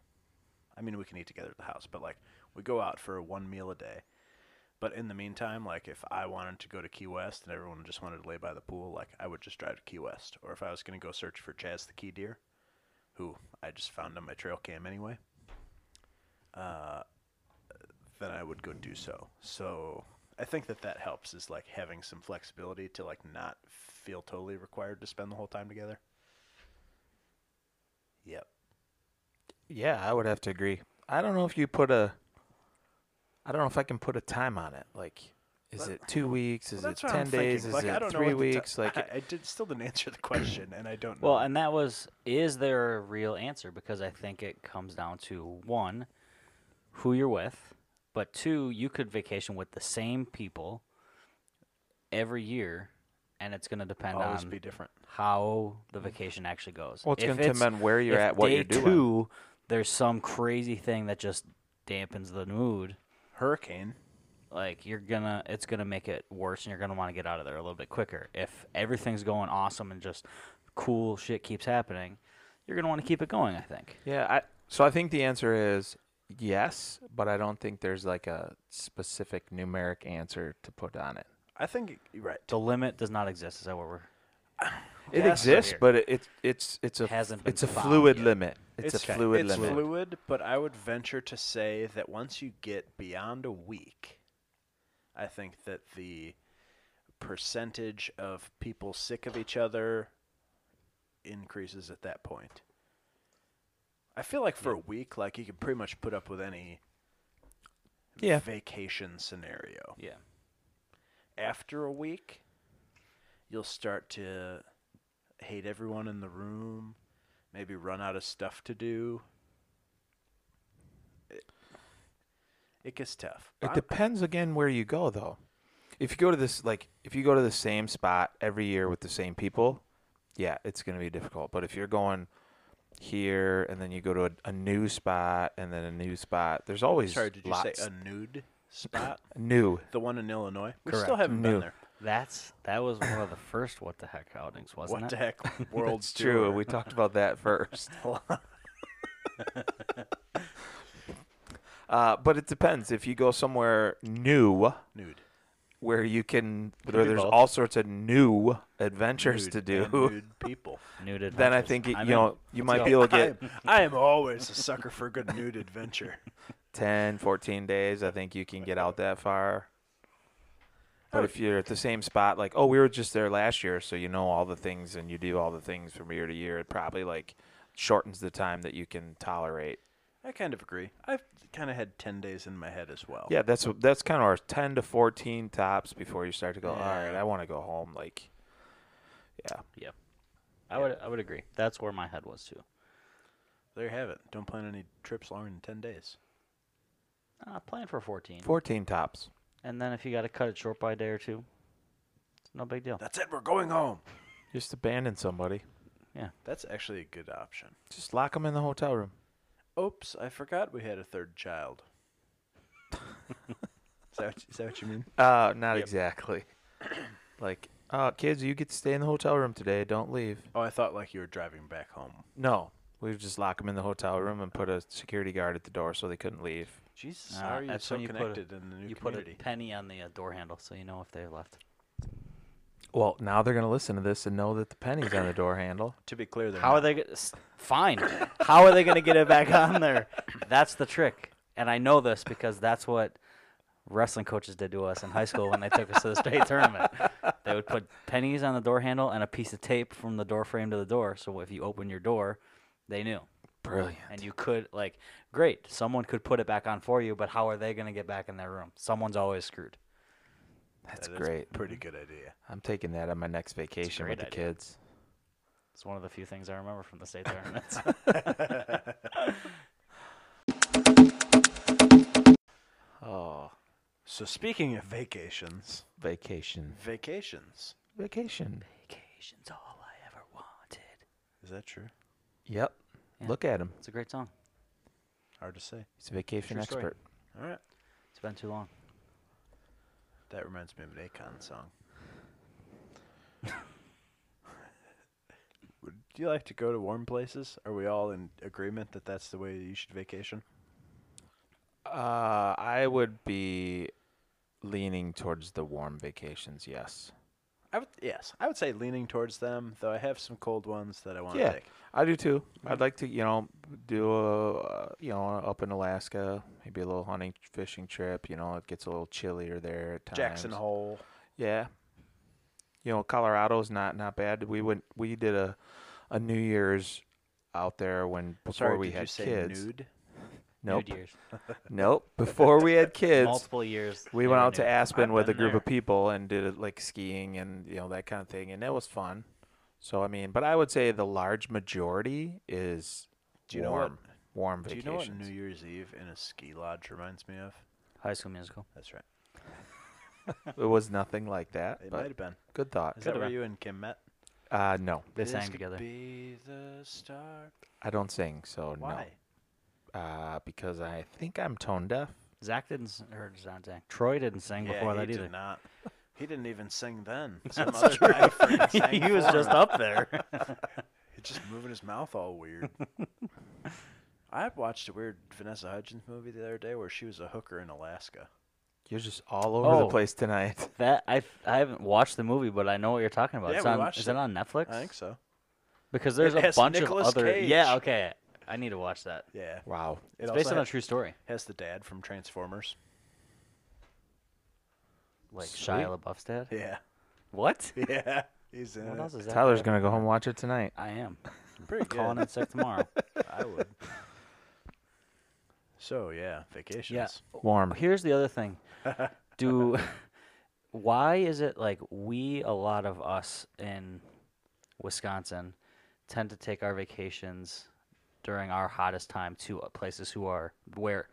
Speaker 1: I mean, we can eat together at the house, but like we go out for one meal a day. But in the meantime, like if I wanted to go to Key West and everyone just wanted to lay by the pool, like I would just drive to Key West. Or if I was going to go search for Chaz the Key Deer, who I just found on my trail cam anyway, uh, then I would go do so. So I think that that helps is like having some flexibility to like not feel totally required to spend the whole time together. Yep.
Speaker 3: Yeah, I would have to agree. I don't know if you put a. I don't know if I can put a time on it. Like, is
Speaker 1: But-
Speaker 3: it two weeks? Is
Speaker 1: Well,
Speaker 3: it
Speaker 1: that's what I'm
Speaker 3: ten days?
Speaker 1: thinking.
Speaker 3: Is
Speaker 1: Like, I
Speaker 3: it
Speaker 1: don't know
Speaker 3: three
Speaker 1: what the ti-
Speaker 3: weeks? like,
Speaker 1: I, I did, still didn't answer the question, and I don't know.
Speaker 2: Well, and that was is there a real answer? Because I think it comes down to one, who you're with, but two, you could vacation with the same people every year, and it's going to depend
Speaker 1: always
Speaker 2: on
Speaker 3: um,
Speaker 1: be different.
Speaker 2: how the vacation actually goes.
Speaker 3: Well, it's
Speaker 2: If
Speaker 3: gonna depend on where you're
Speaker 2: if
Speaker 3: at, what you're
Speaker 2: day
Speaker 3: doing.
Speaker 2: Two, there's some crazy thing that just dampens the mood.
Speaker 1: Hurricane.
Speaker 2: Like you're gonna, it's gonna make it worse, and you're gonna want to get out of there a little bit quicker. If everything's going awesome and just cool shit keeps happening, you're gonna want to keep it going. I think.
Speaker 3: yeah. I, so I think the answer is yes, but I don't think there's like a specific numeric answer to put on it.
Speaker 1: I think you're right.
Speaker 2: The limit does not exist. Is that what we're?
Speaker 3: It
Speaker 1: Yes.
Speaker 3: exists,
Speaker 2: Here.
Speaker 3: but it, it's it's it's a
Speaker 2: Hasn't been
Speaker 3: it's a
Speaker 2: found
Speaker 3: fluid
Speaker 2: yet.
Speaker 3: limit. It's, a fluid
Speaker 1: it's
Speaker 3: limit.
Speaker 1: fluid, but I would venture to say that once you get beyond a week, I think that the percentage of people sick of each other increases at that point. I feel like for a week, like you can pretty much put up with any
Speaker 3: Yeah.
Speaker 1: vacation scenario.
Speaker 2: Yeah.
Speaker 1: After a week, you'll start to hate everyone in the room, maybe run out of stuff to do, It gets tough.
Speaker 3: It
Speaker 1: I'm-
Speaker 3: depends again where you go though. If you go to this like if you go to the same spot every year with the same people, yeah, it's going to be difficult. But if you're going here and then you go to a, a new spot and then a new spot, there's always
Speaker 1: Sorry, did you
Speaker 3: lots
Speaker 1: say a nude spot?
Speaker 3: new.
Speaker 1: the one in Illinois? We still
Speaker 2: Correct.
Speaker 1: haven't been
Speaker 3: New.
Speaker 1: there.
Speaker 2: That's that was one of the first what the heck outings, wasn't
Speaker 1: what
Speaker 2: it?
Speaker 1: the heck? World's
Speaker 3: True,
Speaker 1: Tour.
Speaker 3: we talked about that first. Uh, but it depends. If you go somewhere new,
Speaker 1: nude.
Speaker 3: where you can,
Speaker 2: Could
Speaker 3: where
Speaker 2: be
Speaker 3: there's
Speaker 2: both.
Speaker 3: all sorts of new adventures
Speaker 1: Nude
Speaker 3: to
Speaker 1: and
Speaker 3: do,
Speaker 1: Nude people.
Speaker 2: Nude
Speaker 3: then I
Speaker 2: adventures.
Speaker 3: think it,
Speaker 2: I'm
Speaker 3: you
Speaker 2: in.
Speaker 3: know you might
Speaker 2: go.
Speaker 3: be able to
Speaker 1: I
Speaker 3: get
Speaker 1: am, I am always a sucker for a good nude adventure.
Speaker 3: 10, 14 days. I think you can get out that far. But if you're at the same spot, like, oh, we were just there last year, so you know all the things and you do all the things from year to year, it probably like shortens the time that you can tolerate.
Speaker 1: I kind of agree. I've kind of had 10 days in my head as well.
Speaker 3: Yeah, that's what- that's kind of our 10 to 14 tops before you start to go, all right,
Speaker 1: Yeah.
Speaker 3: I want to go home. Like, yeah.
Speaker 2: Yep. I would I would agree. That's where my head was too.
Speaker 1: There you have it. Don't plan any trips longer than 10 days.
Speaker 2: Uh, plan for 14.
Speaker 3: 14 tops.
Speaker 2: And then if you got to cut it short by a day or two, it's no big deal.
Speaker 1: That's it. We're going home.
Speaker 3: Just abandon somebody.
Speaker 1: That's actually a good option.
Speaker 3: Just lock them in the hotel room.
Speaker 1: Oops, I forgot we had a third child. is, that what, is that what you mean?
Speaker 3: Uh, not exactly. like, uh, kids, you get to stay in the hotel room today. Don't leave.
Speaker 1: Oh, I thought like you were driving back home.
Speaker 3: No, we would just lock them in the hotel room and put a security guard at the door so they couldn't leave.
Speaker 1: Jesus,
Speaker 2: Uh,
Speaker 1: how are you
Speaker 2: that's
Speaker 1: so
Speaker 2: when you put a-
Speaker 1: connected in the new
Speaker 2: You put a
Speaker 1: community?
Speaker 2: penny on the uh, door handle so you know if they left.
Speaker 3: Well, now they're gonna listen to this and know that the penny's on the door handle.
Speaker 1: to be clear, they're
Speaker 2: How are
Speaker 1: not.
Speaker 2: they gonna, s- fine? How are they going to get it back on there? That's the trick, and I know this because that's what wrestling coaches did to us in high school when they took us to the state tournament. They would put pennies on the door handle and a piece of tape from the door frame to the door, so if you open your door, they knew.
Speaker 3: Brilliant.
Speaker 2: And you could like, great, someone could put it back on for you, but how are they going to get back in their room? Someone's always screwed.
Speaker 3: That's
Speaker 1: That is a
Speaker 3: great.
Speaker 1: Pretty good idea.
Speaker 3: I'm taking that on my next vacation with the
Speaker 2: great idea.
Speaker 3: kids.
Speaker 2: It's one of the few things I remember from the state tournaments.
Speaker 3: Oh,
Speaker 1: So speaking of vacations,
Speaker 3: vacation.
Speaker 1: vacations.
Speaker 3: Vacation.
Speaker 2: Vacation's all I ever wanted.
Speaker 1: Is that true?
Speaker 3: Yep.
Speaker 2: Yeah.
Speaker 3: Look at him.
Speaker 2: It's a great song.
Speaker 1: Hard to say.
Speaker 3: He's a vacation
Speaker 1: True story.
Speaker 3: expert.
Speaker 1: All right.
Speaker 2: It's been too long.
Speaker 1: That reminds me of an Akon song. Would you like to go to warm places? Are we all in agreement that that's the way you should vacation?
Speaker 3: Uh, I would be leaning towards the warm vacations. Yes.
Speaker 1: I would, yes, I would say leaning towards them, though I have some cold ones that I want to
Speaker 3: Yeah,
Speaker 1: take.
Speaker 3: I do too. I'd like to, you know, do a, uh, you know, up in Alaska, maybe a little hunting, fishing trip. You know, it gets a little chillier there at times.
Speaker 1: Jackson Hole.
Speaker 3: Yeah. You know, Colorado's not not bad. We went, we did a, a New Year's out there when before
Speaker 1: Sorry,
Speaker 3: we
Speaker 1: did
Speaker 3: had
Speaker 1: you say
Speaker 3: kids.
Speaker 1: nude?
Speaker 3: Nope,
Speaker 2: Nude years.
Speaker 3: nope. Before we had kids,
Speaker 2: Multiple years.
Speaker 3: we
Speaker 2: they
Speaker 3: went
Speaker 2: were
Speaker 3: out to
Speaker 2: nude.
Speaker 3: Aspen
Speaker 2: I've
Speaker 3: with a
Speaker 2: been
Speaker 3: group of
Speaker 2: there.
Speaker 3: people and did it like skiing and you know that kind of thing, and that was fun. So I mean, but I would say the large majority is
Speaker 1: Do you know
Speaker 3: warm,
Speaker 1: what-
Speaker 3: warm
Speaker 1: Do you
Speaker 3: vacations.
Speaker 1: know what New Year's Eve in a ski lodge reminds me of?
Speaker 2: High School Musical.
Speaker 1: That's right.
Speaker 3: it was nothing like that.
Speaker 1: It might
Speaker 3: but
Speaker 1: have been.
Speaker 3: good thought.
Speaker 1: Is that
Speaker 2: Could've
Speaker 1: where
Speaker 2: been.
Speaker 1: you and Kim met?
Speaker 3: Uh, no,
Speaker 2: They
Speaker 1: This
Speaker 2: sang
Speaker 1: could
Speaker 2: together.
Speaker 1: Be the star.
Speaker 3: I don't sing, so
Speaker 1: Why?
Speaker 3: no. Uh, because I think I'm tone deaf.
Speaker 2: Zach didn't, s- or not Zach. Troy didn't sing
Speaker 1: Yeah,
Speaker 2: before
Speaker 1: he
Speaker 2: that
Speaker 1: did
Speaker 2: either.
Speaker 1: not. He didn't even sing then. Some other guy freaking sang
Speaker 2: he was
Speaker 1: for
Speaker 2: just
Speaker 1: him.
Speaker 2: up there.
Speaker 1: He's just moving his mouth all weird. I watched a weird Vanessa Hudgens movie the other day where she was a hooker in Alaska.
Speaker 3: You're just all over the
Speaker 2: Oh.
Speaker 3: place tonight.
Speaker 2: that I I haven't watched the movie, but I know what you're talking about.
Speaker 1: Yeah,
Speaker 2: It's
Speaker 1: we
Speaker 2: on-
Speaker 1: watched
Speaker 2: is
Speaker 1: it.
Speaker 2: it on Netflix?
Speaker 1: I think so.
Speaker 2: Because there's
Speaker 1: It
Speaker 2: a
Speaker 1: has
Speaker 2: bunch
Speaker 1: Nicolas
Speaker 2: of other.
Speaker 1: Cage.
Speaker 2: Yeah. Okay. I need to watch that.
Speaker 1: Yeah.
Speaker 3: Wow.
Speaker 1: It
Speaker 2: It's
Speaker 1: also
Speaker 2: based on
Speaker 1: ha-
Speaker 2: a true story,
Speaker 1: has the dad from Transformers.
Speaker 2: like
Speaker 3: Sweet.
Speaker 2: Shia LaBeouf's dad.
Speaker 1: Yeah.
Speaker 2: What?
Speaker 1: Yeah. He's in
Speaker 2: What
Speaker 1: it.
Speaker 2: else is that?
Speaker 3: Tyler's
Speaker 2: guy?
Speaker 3: gonna go home and watch it tonight.
Speaker 2: I am.
Speaker 1: Pretty
Speaker 2: Calling
Speaker 1: good.
Speaker 2: it sick tomorrow.
Speaker 1: I would. So yeah, vacations.
Speaker 2: yeah.
Speaker 3: Warm.
Speaker 2: Here's the other thing. Do why is it like we a lot of us in Wisconsin tend to take our vacations during our hottest time to uh, places who are where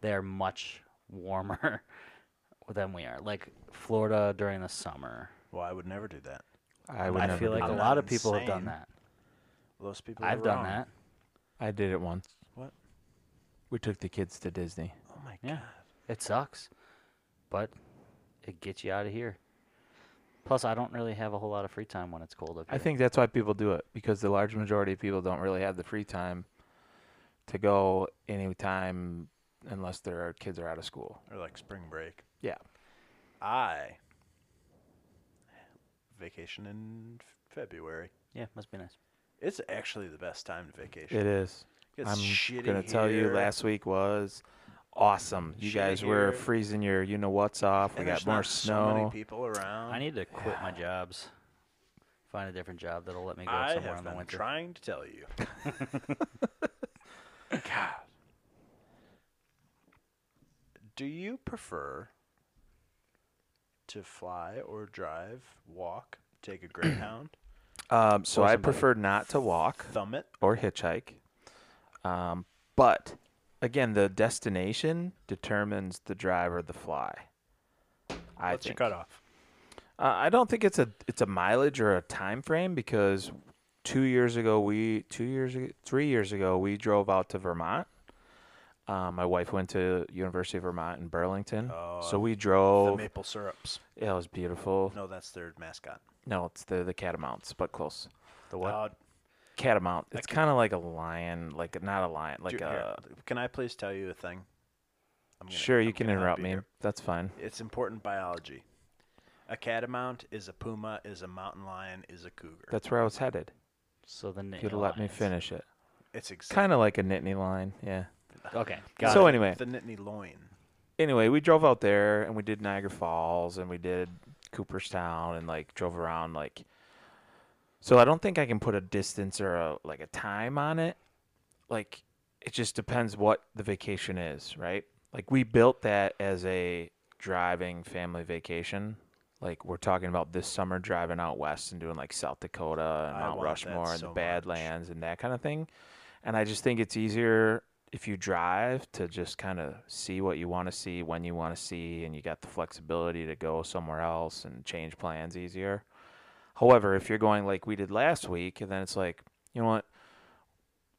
Speaker 2: they're much warmer than we are. Like Florida during the summer.
Speaker 1: Well, I would never do that.
Speaker 3: I would.
Speaker 2: I
Speaker 3: never
Speaker 2: feel
Speaker 3: do
Speaker 2: like a
Speaker 1: I'm
Speaker 3: that.
Speaker 2: lot
Speaker 1: not
Speaker 2: of people have done
Speaker 1: insane.
Speaker 2: that.
Speaker 1: Those people.
Speaker 2: I've
Speaker 1: are
Speaker 2: done
Speaker 1: wrong.
Speaker 2: that.
Speaker 3: I did it once.
Speaker 1: What?
Speaker 3: We took the kids to Disney.
Speaker 1: Oh my
Speaker 2: Yeah.
Speaker 1: god.
Speaker 2: It sucks, but it gets you out of here. Plus, I don't really have a whole lot of free time when it's cold up here.
Speaker 3: I think that's why people do it because the large majority of people don't really have the free time to go anytime unless their kids are out of school.
Speaker 1: Or like spring break.
Speaker 3: Yeah.
Speaker 1: I vacation in F- February.
Speaker 2: Yeah, must be nice.
Speaker 1: It's actually the best time to vacation.
Speaker 3: It is.
Speaker 1: It's
Speaker 3: I'm
Speaker 1: shitty
Speaker 3: gonna tell you,
Speaker 1: here,
Speaker 3: last week was awesome. You
Speaker 1: Shitty
Speaker 3: guys were
Speaker 1: here.
Speaker 3: freezing your, you know what's off.
Speaker 1: and
Speaker 3: We
Speaker 1: there's
Speaker 3: got more
Speaker 1: not So many
Speaker 3: snow.
Speaker 1: people around.
Speaker 2: I need to quit my jobs, find a different job that'll let me go
Speaker 1: I
Speaker 2: somewhere
Speaker 1: have
Speaker 2: in the
Speaker 1: been
Speaker 2: winter.
Speaker 1: trying to tell you. God. Do you prefer to fly or drive, walk, take a greyhound,
Speaker 3: um, so
Speaker 2: Or
Speaker 3: I
Speaker 2: somebody.
Speaker 3: prefer not to walk
Speaker 1: thumb it?
Speaker 3: or hitchhike. Um, but again, the destination determines the drive or the fly. I
Speaker 1: What's
Speaker 3: think.
Speaker 1: your cutoff?
Speaker 3: Uh, I don't think it's a it's a mileage or a time frame because two years ago we two years ago, three years ago we drove out to Vermont. Uh, my wife went to University of Vermont in Burlington,
Speaker 1: Oh,
Speaker 3: so we
Speaker 1: The
Speaker 3: drove.
Speaker 1: maple syrups.
Speaker 3: Yeah, it was beautiful. No,
Speaker 1: No, that's their mascot.
Speaker 3: it's the the catamounts, but close.
Speaker 2: The what?
Speaker 1: Uh,
Speaker 3: Catamount. It's kind of like a lion, like not a lion, like
Speaker 1: do- here,
Speaker 3: a.
Speaker 1: uh, can I please tell you a thing? I'm gonna-
Speaker 3: Sure, you
Speaker 1: I'm
Speaker 3: can
Speaker 1: gonna help
Speaker 3: interrupt
Speaker 1: you
Speaker 3: me.
Speaker 1: here.
Speaker 3: That's fine.
Speaker 1: It's important biology. A catamount is a puma, is a mountain lion, is a cougar.
Speaker 3: That's where I was headed.
Speaker 2: So the
Speaker 3: If
Speaker 2: Nittany
Speaker 3: You'd have let me
Speaker 2: Lions.
Speaker 3: finish it.
Speaker 1: it's exactly
Speaker 3: Kind of like a Nittany line, yeah.
Speaker 2: Okay, got
Speaker 3: so
Speaker 2: it.
Speaker 3: anyway,
Speaker 1: the Nittany loin.
Speaker 3: anyway, we drove out there and we did Niagara Falls and we did Cooperstown and like drove around like so I don't think I can put a distance or a like a time on it. Like it just depends what the vacation is, right? Like we built that as a driving family vacation. Like we're talking about this summer driving out west and doing like South Dakota and
Speaker 1: I
Speaker 3: Mount
Speaker 1: want that
Speaker 3: Rushmore and
Speaker 1: so
Speaker 3: the
Speaker 1: much.
Speaker 3: Badlands and that kind of thing. And I just think it's easier if you drive to just kind of see what you want to see when you want to see and you got the flexibility to go somewhere else and change plans easier. However, if you're going like we did last week, and then it's like, you know what?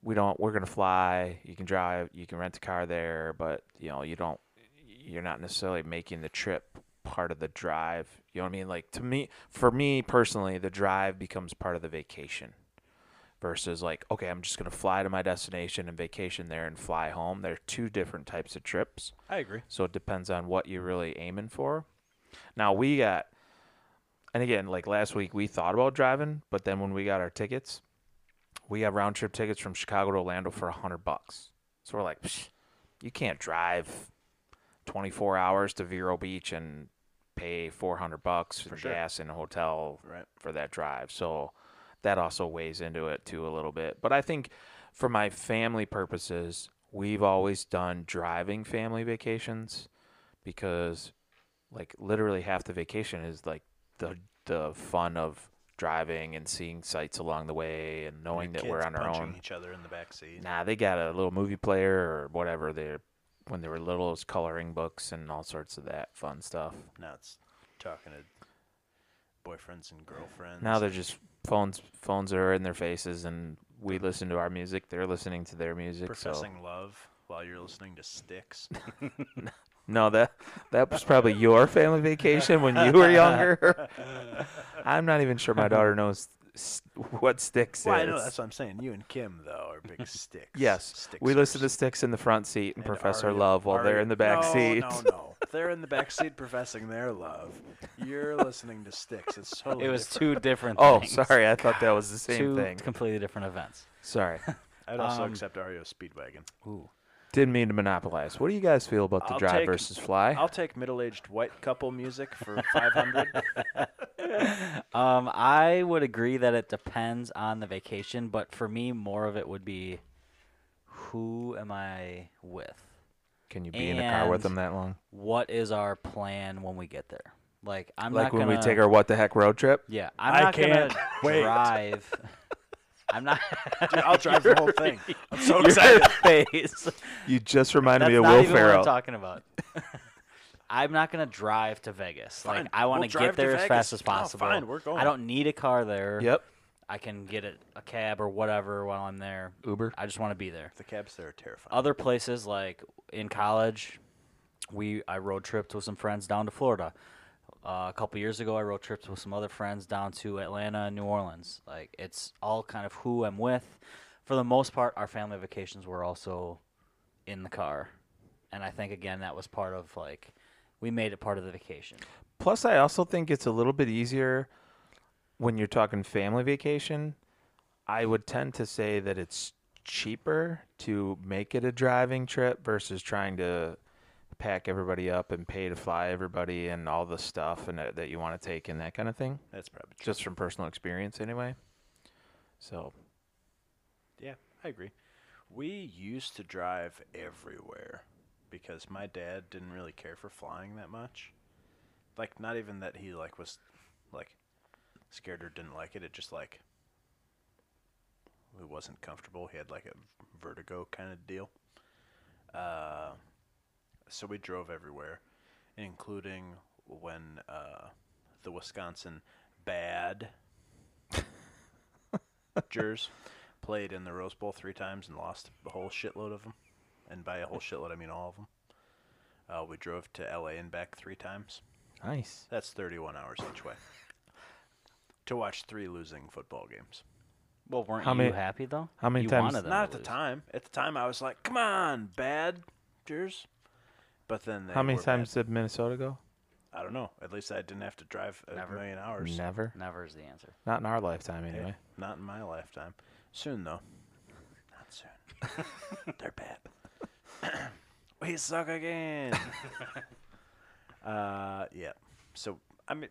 Speaker 3: We don't. We're gonna fly. You can drive. You can rent a car there, but you know you don't. You're not necessarily making the trip part of the drive. You know what I mean? Like to me, for me personally, the drive becomes part of the vacation. Versus like, okay, I'm just gonna fly to my destination and vacation there and fly home. They're two different types of trips.
Speaker 1: I agree.
Speaker 3: So it depends on what you're really aiming for. Now we got, and again, like last week, we thought about driving, but then when we got our tickets, we got round trip tickets from Chicago to Orlando for a hundred bucks. So we're like, "Psh, you can't drive 24 hours to Vero Beach and pay 400 bucks for
Speaker 1: sure.
Speaker 3: gas and a hotel
Speaker 1: Right.
Speaker 3: for that drive. So that also weighs into it too a little bit. But I think for my family purposes, we've always done driving family vacations because like literally half the vacation is like the the fun of driving and seeing sights along the way and knowing that we're
Speaker 1: Kids
Speaker 3: on our
Speaker 1: punching
Speaker 3: own.
Speaker 1: each other in the backseat.
Speaker 3: Nah, they got a little movie player or whatever they when they were little it was coloring books and all sorts of that fun stuff.
Speaker 1: Now it's talking to boyfriends and girlfriends.
Speaker 3: Now they're just phones. Phones are in their faces, and we listen to our music. They're listening to their music. So
Speaker 1: professing love while you're listening to Sticks.
Speaker 3: no, that that was probably your family vacation when you were younger. I'm not even sure my daughter knows s- what sticks
Speaker 1: well,
Speaker 3: is.
Speaker 1: I know that's what I'm saying. You and Kim though are big Sticks.
Speaker 3: yes,
Speaker 1: Stixers.
Speaker 3: we listen to Sticks in the front seat and,
Speaker 1: And
Speaker 3: Professor
Speaker 1: Arya-
Speaker 3: Love while they're
Speaker 1: Arya-
Speaker 3: in the back
Speaker 1: no,
Speaker 3: seat.
Speaker 1: No, no, they're in the back seat professing their love. You're listening to Sticks. It's totally.
Speaker 2: It was
Speaker 1: different.
Speaker 2: two different.
Speaker 3: Oh,
Speaker 2: things.
Speaker 3: sorry, I thought that was the same
Speaker 2: Two
Speaker 3: thing.
Speaker 2: completely different events.
Speaker 3: Sorry,
Speaker 1: I'd also
Speaker 2: um,
Speaker 1: accept Ario Speedwagon.
Speaker 2: Ooh.
Speaker 3: didn't mean to monopolize. What do you guys feel about the
Speaker 1: I'll
Speaker 3: drive
Speaker 1: take-
Speaker 3: versus fly?
Speaker 2: eh.
Speaker 1: I'll take middle-aged white couple music for 500.
Speaker 2: Um, I would agree that it depends on the vacation, but for me, more of it would be who am I with?
Speaker 3: Can you be in a car with
Speaker 2: and
Speaker 3: them that long?
Speaker 2: What is our plan when we get there? Like I'm
Speaker 3: like
Speaker 2: not
Speaker 3: when
Speaker 2: gonna,
Speaker 3: we take our what the heck road trip?
Speaker 2: yeah, I'm
Speaker 1: I
Speaker 2: not gonna
Speaker 1: can't wait.
Speaker 2: drive. I'm not.
Speaker 1: Dude, I'll drive the whole thing. I'm so
Speaker 3: Your
Speaker 1: excited.
Speaker 3: face.
Speaker 2: That's
Speaker 3: You just reminded
Speaker 2: not
Speaker 3: me of
Speaker 2: even
Speaker 3: Will
Speaker 2: what I'm
Speaker 3: Ferrell.
Speaker 2: talking about. I'm not gonna drive to Vegas.
Speaker 1: Fine,
Speaker 2: Like I want
Speaker 1: we'll
Speaker 2: to
Speaker 1: drive
Speaker 2: get
Speaker 1: to
Speaker 2: there as
Speaker 1: Vegas.
Speaker 2: fast as
Speaker 1: No,
Speaker 2: possible.
Speaker 1: fine, we're going.
Speaker 2: I don't need a car there.
Speaker 3: Yep.
Speaker 2: I can get a, a cab or whatever while I'm there.
Speaker 3: Uber.
Speaker 2: I just want to be there.
Speaker 1: The cabs there are terrifying.
Speaker 2: Other places like in college, we I road tripped with some friends down to Florida. Uh, a couple years ago, I road tripped with some other friends down to Atlanta and New Orleans. Like it's all kind of who I'm with. For the most part, our family vacations were also in the car, and I think again that was part of like we made it part of the vacation.
Speaker 3: Plus, I also think it's a little bit easier when you're talking family vacation. I would tend to say that it's cheaper to make it a driving trip versus trying to pack everybody up and pay to fly everybody and all the stuff and that, that you want to take and that kind of thing.
Speaker 1: That's probably true.
Speaker 3: Just from personal experience, anyway. So
Speaker 1: Yeah, I agree. We used to drive everywhere because my dad didn't really care for flying that much. Like not even that he like was like scared or didn't like it, it just like it wasn't comfortable. He had like a vertigo kind of deal. Uh so we drove everywhere, including when uh the Wisconsin bad Jers played in the Rose Bowl three times and lost a whole shitload of them. And by a whole shitload, I mean all of them. Uh, we drove to LA and back three times.
Speaker 3: nice.
Speaker 1: That's 31 hours each way to watch three losing football games.
Speaker 2: Well, weren't
Speaker 3: How
Speaker 2: you
Speaker 3: many-
Speaker 2: happy though?
Speaker 3: how many
Speaker 2: You
Speaker 3: times-
Speaker 2: wanted them
Speaker 1: Not
Speaker 2: to
Speaker 1: at the
Speaker 2: lose.
Speaker 1: time. At the time, I was like, come on, Badgers. But then they
Speaker 3: How many
Speaker 1: were
Speaker 3: times
Speaker 1: bad.
Speaker 3: did Minnesota go?
Speaker 1: I don't know. At least I didn't have to drive a
Speaker 2: Never.
Speaker 1: million hours.
Speaker 3: Never.
Speaker 2: Never is the answer.
Speaker 3: Not in our lifetime,
Speaker 1: Hey,
Speaker 3: anyway.
Speaker 1: Eh, not in my lifetime. Soon though. Not soon. They're bad. we suck again. uh, yeah. So I mean,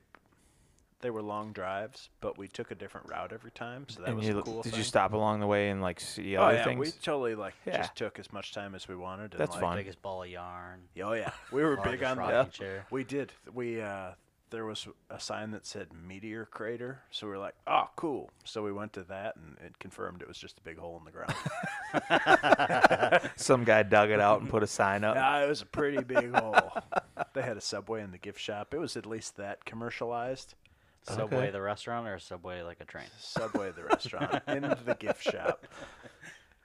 Speaker 1: they were long drives, but we took a different route every time, so that
Speaker 3: And
Speaker 1: was
Speaker 3: you,
Speaker 1: a cool.
Speaker 3: did
Speaker 1: thing.
Speaker 3: you stop along the way and like see
Speaker 1: Oh
Speaker 3: other
Speaker 1: yeah,
Speaker 3: things?
Speaker 1: we totally like
Speaker 3: Yeah.
Speaker 1: just took as much time as we wanted. And,
Speaker 3: That's
Speaker 1: like,
Speaker 3: fun.
Speaker 2: Biggest ball of yarn.
Speaker 1: Oh yeah, we were
Speaker 2: Love
Speaker 1: big
Speaker 2: the
Speaker 1: on that.
Speaker 2: rocking chair.
Speaker 1: We did. We uh, there was a sign that said meteor crater, so we were like, "Oh, cool!" So we went to that, and it confirmed it was just a big hole in the ground.
Speaker 3: Some guy dug it out and put a sign up.
Speaker 1: Ah, it was a pretty big hole. They had a subway in the gift shop. It was at least that commercialized.
Speaker 2: Subway
Speaker 3: Okay.
Speaker 2: the restaurant or Subway like a train?
Speaker 1: Subway the restaurant into the gift shop.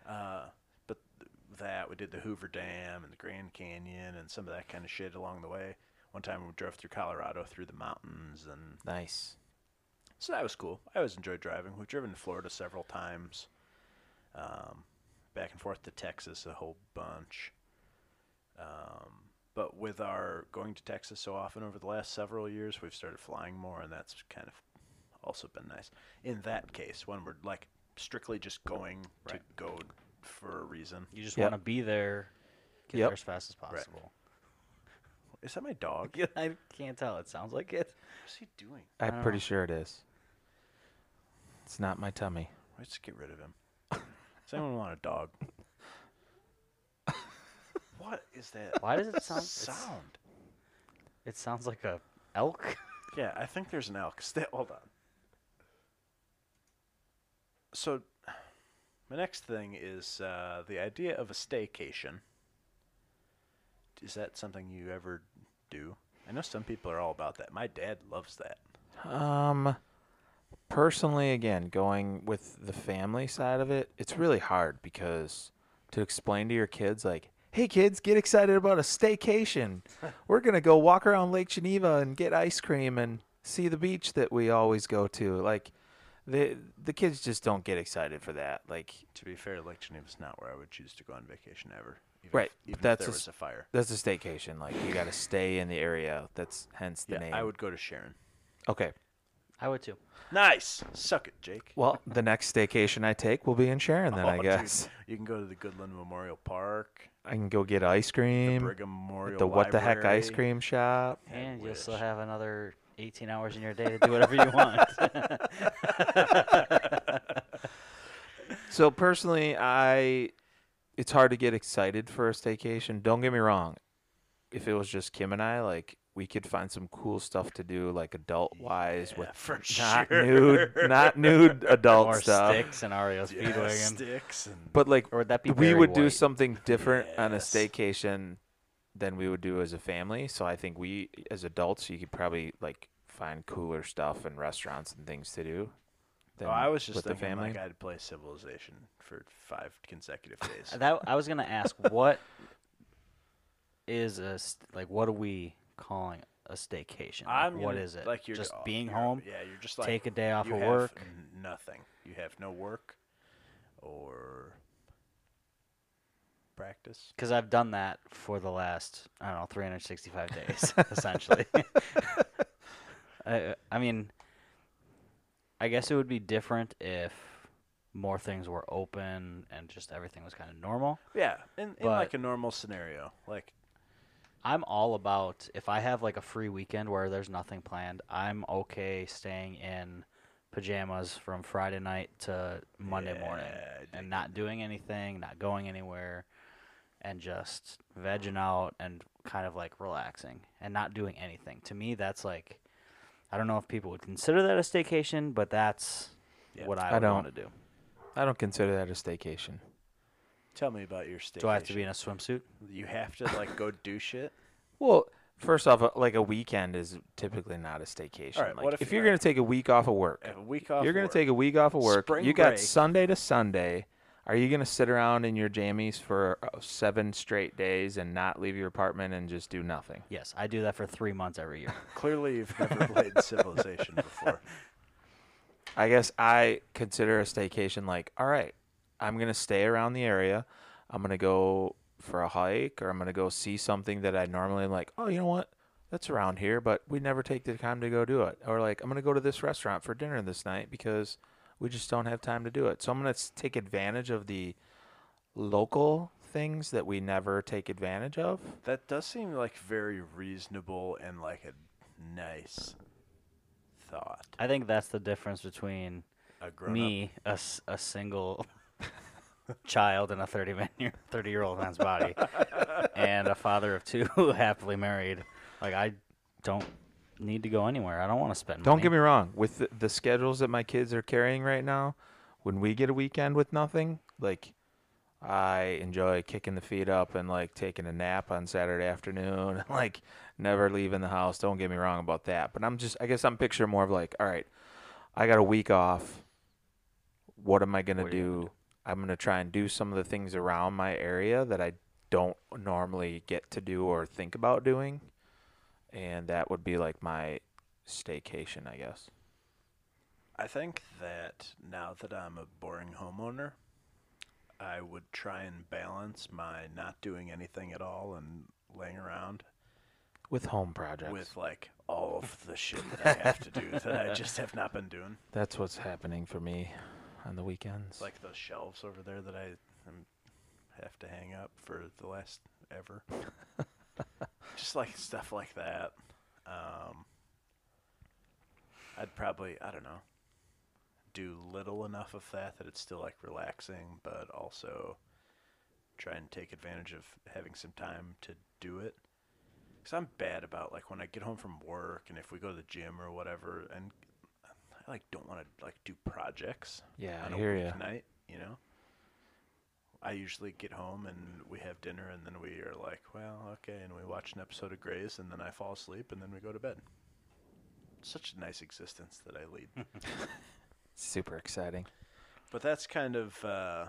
Speaker 1: Uh, but th- that we did the Hoover Dam and the Grand Canyon and some of that kind of shit along the way. One time we drove through Colorado through the mountains and
Speaker 3: Nice.
Speaker 1: So that was cool. I always enjoyed driving. We've driven to Florida several times, um, back and forth to Texas a whole bunch. Um, but with our going to Texas so often over the last several years, we've started flying more, and that's kind of also been nice. In that case, when we're like strictly just going to go for a reason.
Speaker 2: You just
Speaker 3: Yep.
Speaker 2: want to be there, get
Speaker 3: Yep.
Speaker 2: there as fast as possible.
Speaker 1: Is that my dog?
Speaker 2: I can't tell. It sounds like it.
Speaker 1: What's he doing?
Speaker 3: I'm
Speaker 2: don't
Speaker 3: pretty
Speaker 2: know.
Speaker 3: sure it is. It's not my tummy.
Speaker 1: Let's get rid of him. Does anyone want a dog? what is that?
Speaker 2: Why does it sound? it's-
Speaker 1: sound?
Speaker 2: It sounds like a elk.
Speaker 1: Yeah, I think there's an elk. Stay, hold on. So, my next thing is uh, the idea of a staycation. Is that something you ever do? I know some people are all about that. My dad loves that.
Speaker 3: Um, personally, again, going with the family side of it, it's really hard because to explain to your kids, like, hey, kids, get excited about a staycation. We're going to go walk around Lake Geneva and get ice cream and see the beach that we always go to. Like, the, the kids just don't get excited for that. Like,
Speaker 1: To be fair, Lake Geneva's not where I would choose to go on vacation ever. Even
Speaker 3: Right,
Speaker 1: If,
Speaker 3: but
Speaker 1: even if
Speaker 3: that's
Speaker 1: there
Speaker 3: a
Speaker 1: was
Speaker 3: s-
Speaker 1: a fire.
Speaker 3: that's a staycation. Like, you got to stay in the area. That's hence the
Speaker 1: Yeah,
Speaker 3: name.
Speaker 1: I would go to Sharon.
Speaker 3: Okay.
Speaker 2: I would too.
Speaker 1: Nice. Suck it, Jake.
Speaker 3: Well, the next staycation I take will be in Sharon, then
Speaker 1: Oh,
Speaker 3: I
Speaker 1: dude,
Speaker 3: guess.
Speaker 1: you can go to the Goodland Memorial Park,
Speaker 3: I can go get ice cream.
Speaker 1: Brigham Memorial
Speaker 3: the what the heck ice
Speaker 1: Library.
Speaker 3: cream shop.
Speaker 1: I
Speaker 2: and you'll still
Speaker 1: wish.
Speaker 2: have another 18 hours in your day to do whatever you want.
Speaker 3: So personally, I it's hard to get excited for a staycation. Don't get me wrong. If it was just Kim and I, like we could find some cool stuff to do, like adult wise,
Speaker 1: Yeah,
Speaker 3: with
Speaker 1: for
Speaker 3: not
Speaker 1: sure.
Speaker 3: nude, not nude adult
Speaker 2: More
Speaker 3: stuff.
Speaker 2: sticks and Ario
Speaker 1: Yeah,
Speaker 2: Speedwagon.
Speaker 1: sticks and
Speaker 3: But like
Speaker 2: Or would that be
Speaker 3: we
Speaker 2: Barry
Speaker 3: would do
Speaker 2: White?
Speaker 3: something different on a
Speaker 1: Yes.
Speaker 3: staycation than we would do as a family. So I think we as adults, you could probably like find cooler stuff and restaurants and things to do.
Speaker 1: Oh, I was just thinking like I'd play Civilization for five consecutive days.
Speaker 2: That I was gonna ask, what is a st- like? What are we calling a staycation? Like,
Speaker 1: I'm
Speaker 2: what
Speaker 1: gonna-
Speaker 2: is it?
Speaker 1: Like you're
Speaker 2: just
Speaker 1: oh,
Speaker 2: being
Speaker 1: you're-
Speaker 2: home.
Speaker 1: Yeah, you're just like
Speaker 2: take a day off
Speaker 1: you
Speaker 2: of
Speaker 1: have
Speaker 2: work.
Speaker 1: n- Nothing. You have no work or practice.
Speaker 2: Because I've done that for the last I don't know 365 days essentially. I, I mean, I guess it would be different if more things were open and just everything was kind of normal.
Speaker 1: Yeah, in, in
Speaker 2: But-
Speaker 1: like a normal scenario, like
Speaker 2: I'm all about if I have like a free weekend where there's nothing planned, I'm okay staying in pajamas from Friday night to Monday morning
Speaker 1: Yeah,
Speaker 2: and not doing anything, not going anywhere, and just vegging out and kind of like relaxing and not doing anything. To me, that's like I don't know if people would consider that a staycation, but that's
Speaker 1: Yeah.
Speaker 2: what
Speaker 3: I
Speaker 2: I, would
Speaker 3: don't.
Speaker 2: want to do.
Speaker 3: I don't consider that a staycation.
Speaker 1: tell me about your staycation.
Speaker 2: Do I have to be in a swimsuit?
Speaker 1: You have to like go do shit.
Speaker 3: Well, first off, uh, like a weekend is typically not a staycation.
Speaker 1: All right,
Speaker 3: Like,
Speaker 1: what if
Speaker 3: if
Speaker 1: you-
Speaker 3: you're going to take a week off of work,
Speaker 1: Have a week off.
Speaker 3: you're going
Speaker 1: work.
Speaker 3: to take a week off of work.
Speaker 1: Spring
Speaker 3: you got
Speaker 1: break.
Speaker 3: Sunday to Sunday. Are you going to sit around in your jammies for uh, seven straight days and not leave your apartment and just do nothing?
Speaker 2: Yes, I do that for three months every year.
Speaker 1: Clearly, you've never played Civilization before.
Speaker 3: I guess I consider a staycation like, all right, I'm going to stay around the area. I'm going to go for a hike or I'm going to go see something that I normally am like, oh, you know what? That's around here, but we never take the time to go do it. Or like, I'm going to go to this restaurant for dinner this night because we just don't have time to do it. So I'm going to take advantage of the local things that we never take advantage of.
Speaker 1: That does seem like very reasonable and like a nice thought.
Speaker 2: I think that's the difference between
Speaker 1: A grown
Speaker 2: me, a, s- a single child and a 30 man, 30 year old man's body, and a father of two happily married. Like, I don't need to go anywhere. I don't want to spend
Speaker 3: Don't
Speaker 2: money.
Speaker 3: get me wrong. With the, the schedules that my kids are carrying right now, when we get a weekend with nothing, like I enjoy kicking the feet up and like taking a nap on Saturday afternoon, like never leaving the house. Don't get me wrong about that. But I'm just, I guess I'm picturing more of like, all right, I got a week off. What am I going to
Speaker 2: What are you
Speaker 3: do?
Speaker 2: gonna
Speaker 3: I'm going to try and do some of the things around my area that I don't normally get to do or think about doing. And that would be like my staycation, I guess.
Speaker 1: I think that now that I'm a boring homeowner, I would try and balance my not doing anything at all and laying around
Speaker 3: With home projects.
Speaker 1: with like all of the shit that I have to do that I just have not been doing.
Speaker 3: That's what's happening for me on the weekends.
Speaker 1: Like those shelves over there that I um, have to hang up for the last ever. Just like stuff like that. Um, I'd probably, I don't know, do little enough of that that it's still like relaxing, but also try and take advantage of having some time to do it. Because I'm bad about like when I get home from work and if we go to the gym or whatever, and I like don't want to like do projects
Speaker 3: yeah,
Speaker 1: on
Speaker 3: I
Speaker 1: a
Speaker 3: hear you.
Speaker 1: weeknight, you know. I usually get home and we have dinner, and then we are like, well, okay, and we watch an episode of Grays, and then I fall asleep, and then we go to bed. Such a nice existence that I lead.
Speaker 3: Hmm. Super exciting.
Speaker 1: but that's kind of, uh,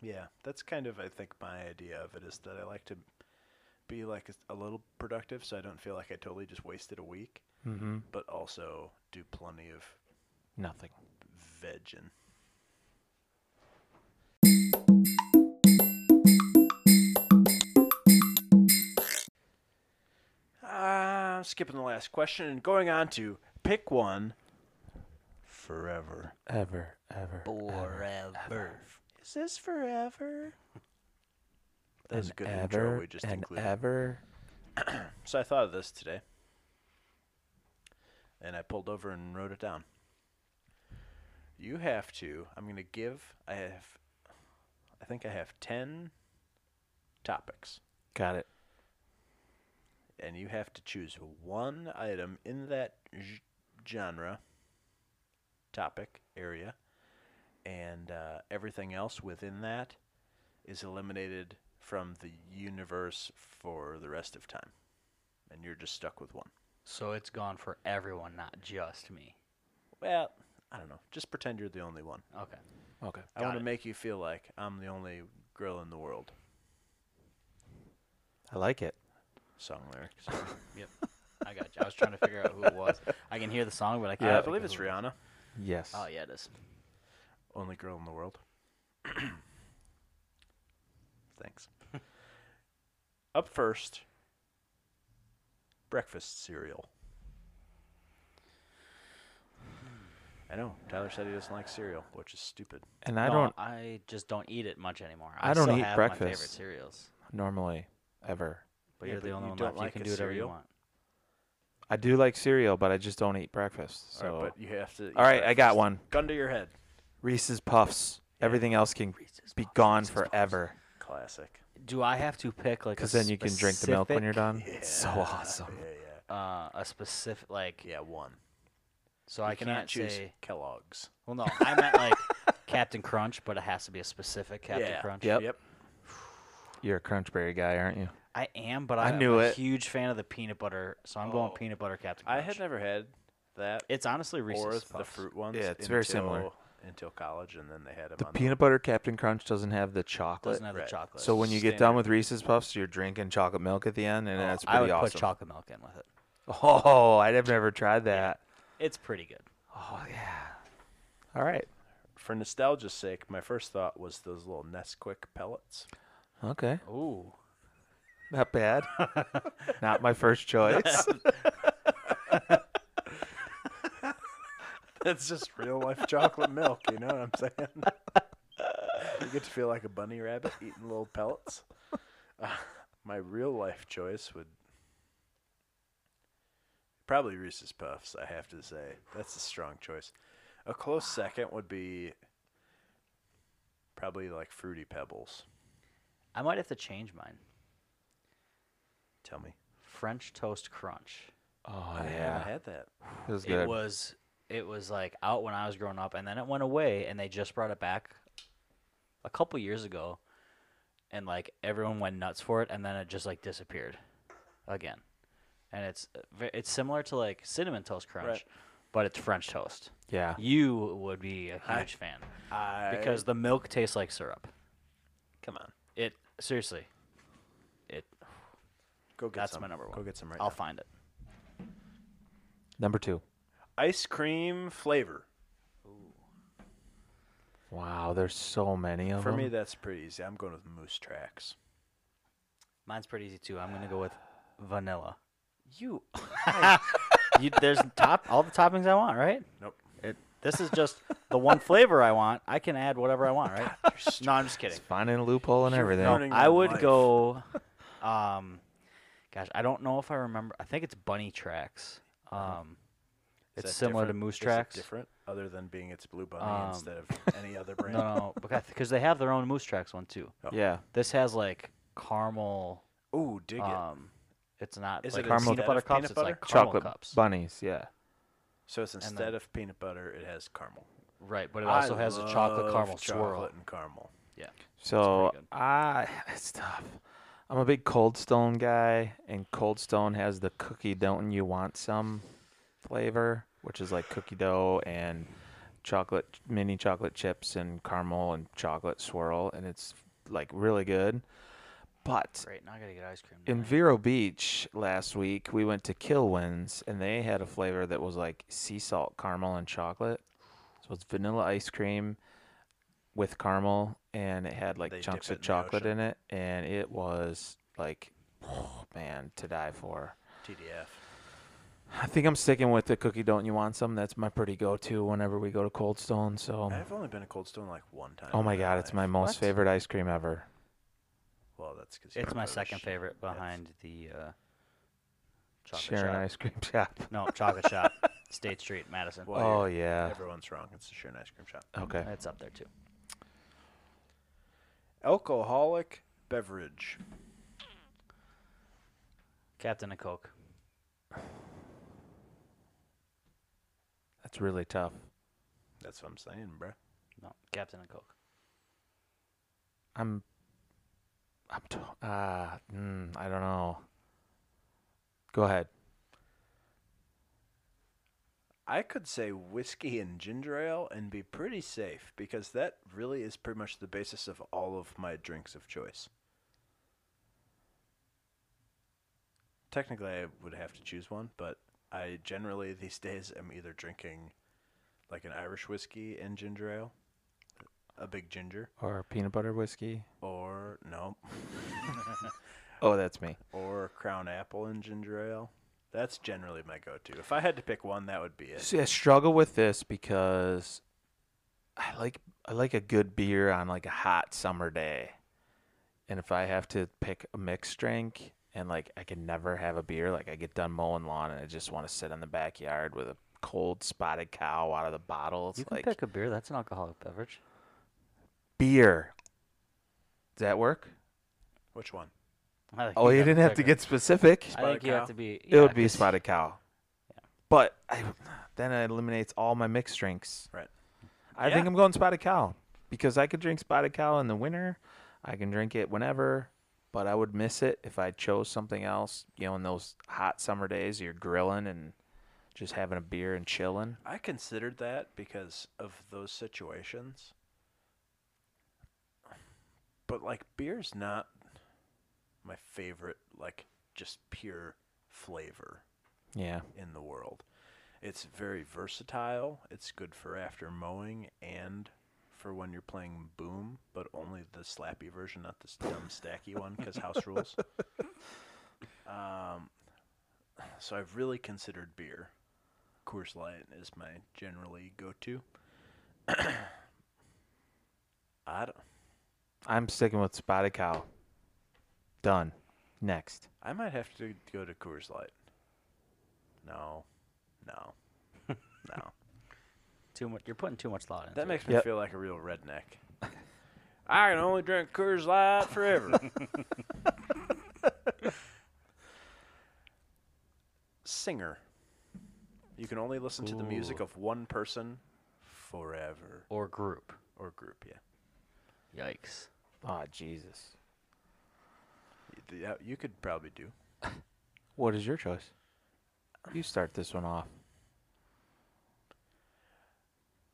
Speaker 1: yeah, that's kind of, I think, my idea of it is that I like to be like a, a little productive, so I don't feel like I totally just wasted a week,
Speaker 3: Mm-hmm.
Speaker 1: but also do plenty of
Speaker 3: Nothing.
Speaker 1: vegging. Uh, skipping the last question and going on to pick one forever.
Speaker 3: Ever, ever.
Speaker 2: Forever.
Speaker 1: Is this forever? That's a good
Speaker 3: ever,
Speaker 1: intro we just
Speaker 3: and
Speaker 1: included.
Speaker 3: ever.
Speaker 1: So I thought of this today. And I pulled over and wrote it down. You have to, I'm going to give, I have, I think I have 10 topics.
Speaker 3: Got it.
Speaker 1: And you have to choose one item in that g- genre, topic, area. And uh, everything else within that is eliminated from the universe for the rest of time, and you're just stuck with one.
Speaker 2: So it's gone for everyone, not just me.
Speaker 1: Well, I don't know. Just pretend you're the only one.
Speaker 2: Okay.
Speaker 3: Okay.
Speaker 1: I want to make you feel like I'm the only girl in the world.
Speaker 3: I like it.
Speaker 1: Song lyrics.
Speaker 2: Yep. I got you. I was trying to figure out who it was. I can hear the song, but I can't.
Speaker 1: I
Speaker 2: think
Speaker 1: believe
Speaker 2: of
Speaker 1: it's
Speaker 2: who it-
Speaker 1: Rihanna.
Speaker 3: Yes.
Speaker 2: Oh yeah, it is.
Speaker 1: Only girl in the world. Thanks. Up first, breakfast cereal. I know. Tyler said he doesn't like cereal, which is stupid.
Speaker 3: And I
Speaker 2: No,
Speaker 3: don't
Speaker 2: I just don't eat it much anymore.
Speaker 3: I don't
Speaker 2: still
Speaker 3: eat
Speaker 2: have My favorite
Speaker 3: breakfast.
Speaker 2: cereals,
Speaker 3: normally ever.
Speaker 2: but
Speaker 1: Yeah,
Speaker 2: you're the
Speaker 1: but
Speaker 2: only
Speaker 1: you
Speaker 2: one
Speaker 1: don't
Speaker 2: left.
Speaker 1: like
Speaker 2: you
Speaker 1: a
Speaker 2: can do whatever
Speaker 1: cereal?
Speaker 2: you want.
Speaker 3: I do like cereal, but I just don't eat breakfast. So.
Speaker 1: All right, but you have to. eat
Speaker 3: All right, I got
Speaker 1: breakfast.
Speaker 3: one.
Speaker 1: Gun to your head.
Speaker 3: Reese's Puffs. Everything else can
Speaker 2: Reese's
Speaker 3: be
Speaker 2: Puffs,
Speaker 3: gone
Speaker 2: Reese's Puffs.
Speaker 3: forever
Speaker 1: Classic.
Speaker 2: Do I have to pick like? a
Speaker 3: because then you can drink the milk when you're
Speaker 2: specific,
Speaker 3: done. It's so awesome.
Speaker 1: Yeah, yeah.
Speaker 2: Uh, a specific like.
Speaker 1: Yeah, one.
Speaker 2: So
Speaker 1: You
Speaker 2: I
Speaker 1: cannot
Speaker 2: can't
Speaker 1: choose
Speaker 2: say.
Speaker 1: Kellogg's.
Speaker 2: Well, no, I meant like Captain Crunch, but it has to be a specific Captain
Speaker 1: yeah.
Speaker 2: Crunch.
Speaker 3: Yep.
Speaker 1: Yep.
Speaker 3: You're a Crunchberry guy, aren't you?
Speaker 2: I am, but
Speaker 3: I
Speaker 2: I, am
Speaker 3: knew
Speaker 2: a
Speaker 3: it.
Speaker 2: huge fan of the peanut butter, so I'm
Speaker 1: Oh.
Speaker 2: going peanut butter Captain Crunch.
Speaker 1: I had never had that
Speaker 2: It's honestly Reese's
Speaker 1: or the
Speaker 2: Puffs.
Speaker 1: fruit ones.
Speaker 3: Yeah, it's very similar.
Speaker 1: until- Until college, and then they had them
Speaker 3: The
Speaker 1: on
Speaker 3: peanut butter Captain Crunch doesn't have the chocolate.
Speaker 2: Doesn't have
Speaker 1: Right.
Speaker 2: the chocolate.
Speaker 3: so when you get done
Speaker 1: standard.
Speaker 3: with Reese's Puffs, you're drinking chocolate milk at the end, and that's pretty
Speaker 2: Oh, I would
Speaker 3: awesome.
Speaker 2: put chocolate milk in with it.
Speaker 3: Oh, I'd have never tried that.
Speaker 2: It's pretty good.
Speaker 3: Oh yeah. All right.
Speaker 1: For nostalgia's sake, my first thought was those little Nesquik pellets.
Speaker 3: Okay.
Speaker 2: Ooh.
Speaker 3: Not bad. Not my first choice.
Speaker 1: It's just real life chocolate milk, you know what I'm saying? you get to feel like a bunny rabbit eating little pellets. Uh, my real life choice would probably Reese's Puffs, I have to say. That's a strong choice. A close second would be probably like Fruity Pebbles.
Speaker 2: I might have to change mine.
Speaker 1: Tell me.
Speaker 2: French toast crunch.
Speaker 3: Oh
Speaker 1: I haven't
Speaker 3: yeah.
Speaker 1: had that.
Speaker 3: It was
Speaker 2: It
Speaker 3: good.
Speaker 2: was it was like out when I was growing up and then it went away and they just brought it back a couple years ago and like everyone went nuts for it and then it just like disappeared again. And it's uh, ve- it's similar to like cinnamon toast crunch,
Speaker 1: Right.
Speaker 2: but it's French toast.
Speaker 3: yeah.
Speaker 2: You would be a
Speaker 1: I-
Speaker 2: huge fan
Speaker 1: I,
Speaker 2: because the milk tastes like syrup.
Speaker 1: come on,
Speaker 2: It seriously. It
Speaker 1: go get
Speaker 2: That's
Speaker 1: some.
Speaker 2: my number one.
Speaker 1: Go get some right
Speaker 2: I'll
Speaker 1: now.
Speaker 2: find it.
Speaker 3: Number two.
Speaker 1: Ice cream flavor.
Speaker 3: Wow, there's so many of
Speaker 1: For
Speaker 3: them.
Speaker 2: Uh-huh.
Speaker 1: me, that's pretty easy. I'm going with moose tracks.
Speaker 2: Mine's pretty easy too. I'm gonna go with vanilla.
Speaker 1: You
Speaker 2: You, there's top all the toppings I want, right?
Speaker 1: nope.
Speaker 2: It, this is just the one flavor I want. I can add whatever I want, right? no, I'm just kidding.
Speaker 3: It's finding a loophole and
Speaker 1: You're
Speaker 3: everything.
Speaker 1: running-
Speaker 2: I would
Speaker 1: Life.
Speaker 2: go. Um, gosh, I don't know if I remember. I think it's Bunny Tracks. Um,
Speaker 1: Uh-huh. Is
Speaker 2: it's
Speaker 1: that
Speaker 2: similar
Speaker 1: different?
Speaker 2: to Moose
Speaker 1: Is it
Speaker 2: Tracks.
Speaker 1: different, other than being it's Blue Bunny
Speaker 2: Um,
Speaker 1: instead of any other brand.
Speaker 2: No, no, because because they have their own Moose Tracks one too.
Speaker 3: Yeah.
Speaker 2: This has like caramel.
Speaker 1: Ooh, dig it.
Speaker 2: Um, it's not
Speaker 1: Is
Speaker 2: like
Speaker 1: it
Speaker 2: caramel
Speaker 1: instead
Speaker 2: peanut butter
Speaker 1: of
Speaker 2: cups.
Speaker 1: peanut
Speaker 2: It's like
Speaker 1: butter?
Speaker 2: caramel
Speaker 3: Chocolate
Speaker 2: cups.
Speaker 3: bunnies. Yeah.
Speaker 1: So it's
Speaker 2: then-
Speaker 1: instead of peanut butter, it has caramel.
Speaker 2: right, but it also
Speaker 1: I
Speaker 2: has a chocolate
Speaker 1: love
Speaker 2: caramel swirl.
Speaker 1: chocolate and caramel.
Speaker 2: Yeah.
Speaker 3: So
Speaker 2: good.
Speaker 3: I it's tough. I'm a big Cold Stone guy, and Cold Stone has the cookie don't you want some flavor, which is like cookie dough and chocolate mini chocolate chips and caramel and chocolate swirl, and it's like really good. But
Speaker 2: Great. Now I gotta get ice cream.
Speaker 3: in
Speaker 2: tonight.
Speaker 3: Vero Beach last week, we went to Kilwins, and they had a flavor that was like sea salt, caramel, and chocolate. So it's vanilla ice cream with caramel, and it had like
Speaker 1: They
Speaker 3: chunks
Speaker 1: dip
Speaker 3: of
Speaker 1: it in the
Speaker 3: chocolate
Speaker 1: ocean.
Speaker 3: in it, and it was like, oh man, to die for.
Speaker 1: TDF.
Speaker 3: I think I'm sticking with the cookie. Don't you want some? That's my pretty go-to whenever we go to Cold Stone.
Speaker 2: Um,
Speaker 3: So,
Speaker 1: I've only been to Cold Stone like one time.
Speaker 3: oh my
Speaker 1: in
Speaker 3: god, it's my
Speaker 1: life.
Speaker 3: most
Speaker 2: What?
Speaker 3: favorite ice cream ever.
Speaker 1: Well, that's because
Speaker 2: It's my second favorite behind the uh, chocolate
Speaker 3: Sharon
Speaker 2: shop.
Speaker 3: ice cream shop.
Speaker 2: No, chocolate shop, State Street, Madison.
Speaker 1: Well,
Speaker 3: Oh
Speaker 1: you're-
Speaker 3: yeah.
Speaker 1: Everyone's wrong. It's a Sharon ice cream shop.
Speaker 3: Okay.
Speaker 2: It's up there too.
Speaker 1: Alcoholic beverage.
Speaker 2: Captain and Coke.
Speaker 3: That's really tough.
Speaker 1: That's what I'm saying, bruh.
Speaker 2: No, Captain and Coke.
Speaker 3: I'm I'm t- uh, mm, I don't know. Go ahead.
Speaker 1: I could say whiskey and ginger ale and be pretty safe because that really is pretty much the basis of all of my drinks of choice. Technically, I would have to choose one, but I generally these days am either drinking like an Irish whiskey and ginger ale, a big ginger,
Speaker 3: Or peanut butter whiskey.
Speaker 1: or no,
Speaker 3: Oh, that's me.
Speaker 1: or crown apple and ginger ale. That's generally my go to. If I had to pick one, that would be it.
Speaker 3: See, I struggle with this because I like I like a good beer on like a hot summer day, and if I have to pick a mixed drink and like I can never have a beer, like I get done mowing lawn and I just want to sit in the backyard with a cold spotted cow out of the bottle. It's
Speaker 2: You can
Speaker 3: like
Speaker 2: pick a beer. That's an alcoholic beverage.
Speaker 3: beer. Does that work?
Speaker 1: Which one?
Speaker 2: I think
Speaker 3: Oh, you
Speaker 2: gotta
Speaker 3: didn't have to
Speaker 2: pick a-
Speaker 3: get specific.
Speaker 2: I think
Speaker 1: Spotted
Speaker 2: you
Speaker 1: Cow.
Speaker 2: have to be.
Speaker 3: it
Speaker 2: yeah,
Speaker 3: would be
Speaker 2: 'cause-
Speaker 3: spotted cow. But I, then it eliminates all my mixed drinks.
Speaker 1: Right.
Speaker 3: I
Speaker 1: Yeah.
Speaker 3: think I'm going spotted cow because I could drink spotted cow in the winter. I can drink it whenever, but I would miss it if I chose something else. You know, in those hot summer days, you're grilling and just having a beer and chilling.
Speaker 1: I considered that because of those situations. But like beer's not my favorite like just pure flavor
Speaker 3: Yeah.
Speaker 1: in the world. It's very versatile. It's good for after mowing and for when you're playing Boom, but only the slappy version, not this dumb stacky one, because house rules. Um, so I've really considered beer. Coors Light is my generally go-to. I don't,
Speaker 3: I'm sticking with spotted cow. Done. Next.
Speaker 1: I might have to go to Coors Light. No, no, no.
Speaker 2: Too much. You're putting too much thought into
Speaker 1: That
Speaker 2: it.
Speaker 1: makes me
Speaker 3: Yep.
Speaker 1: feel like a real redneck. I can only drink Coors Light forever. Singer. You can only listen to the music of one person forever
Speaker 2: or group.
Speaker 1: or group, yeah.
Speaker 2: Yikes.
Speaker 3: Oh, Jesus.
Speaker 1: Y- th- yeah, You could probably do.
Speaker 3: What is your choice? You start this one off.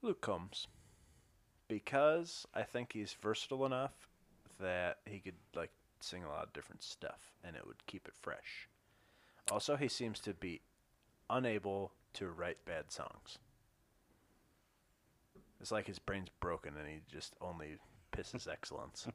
Speaker 1: Luke Combs. Because I think he's versatile enough that he could like sing a lot of different stuff and it would keep it fresh. Also, he seems to be unable to write bad songs. It's like his brain's broken and he just only pisses excellence.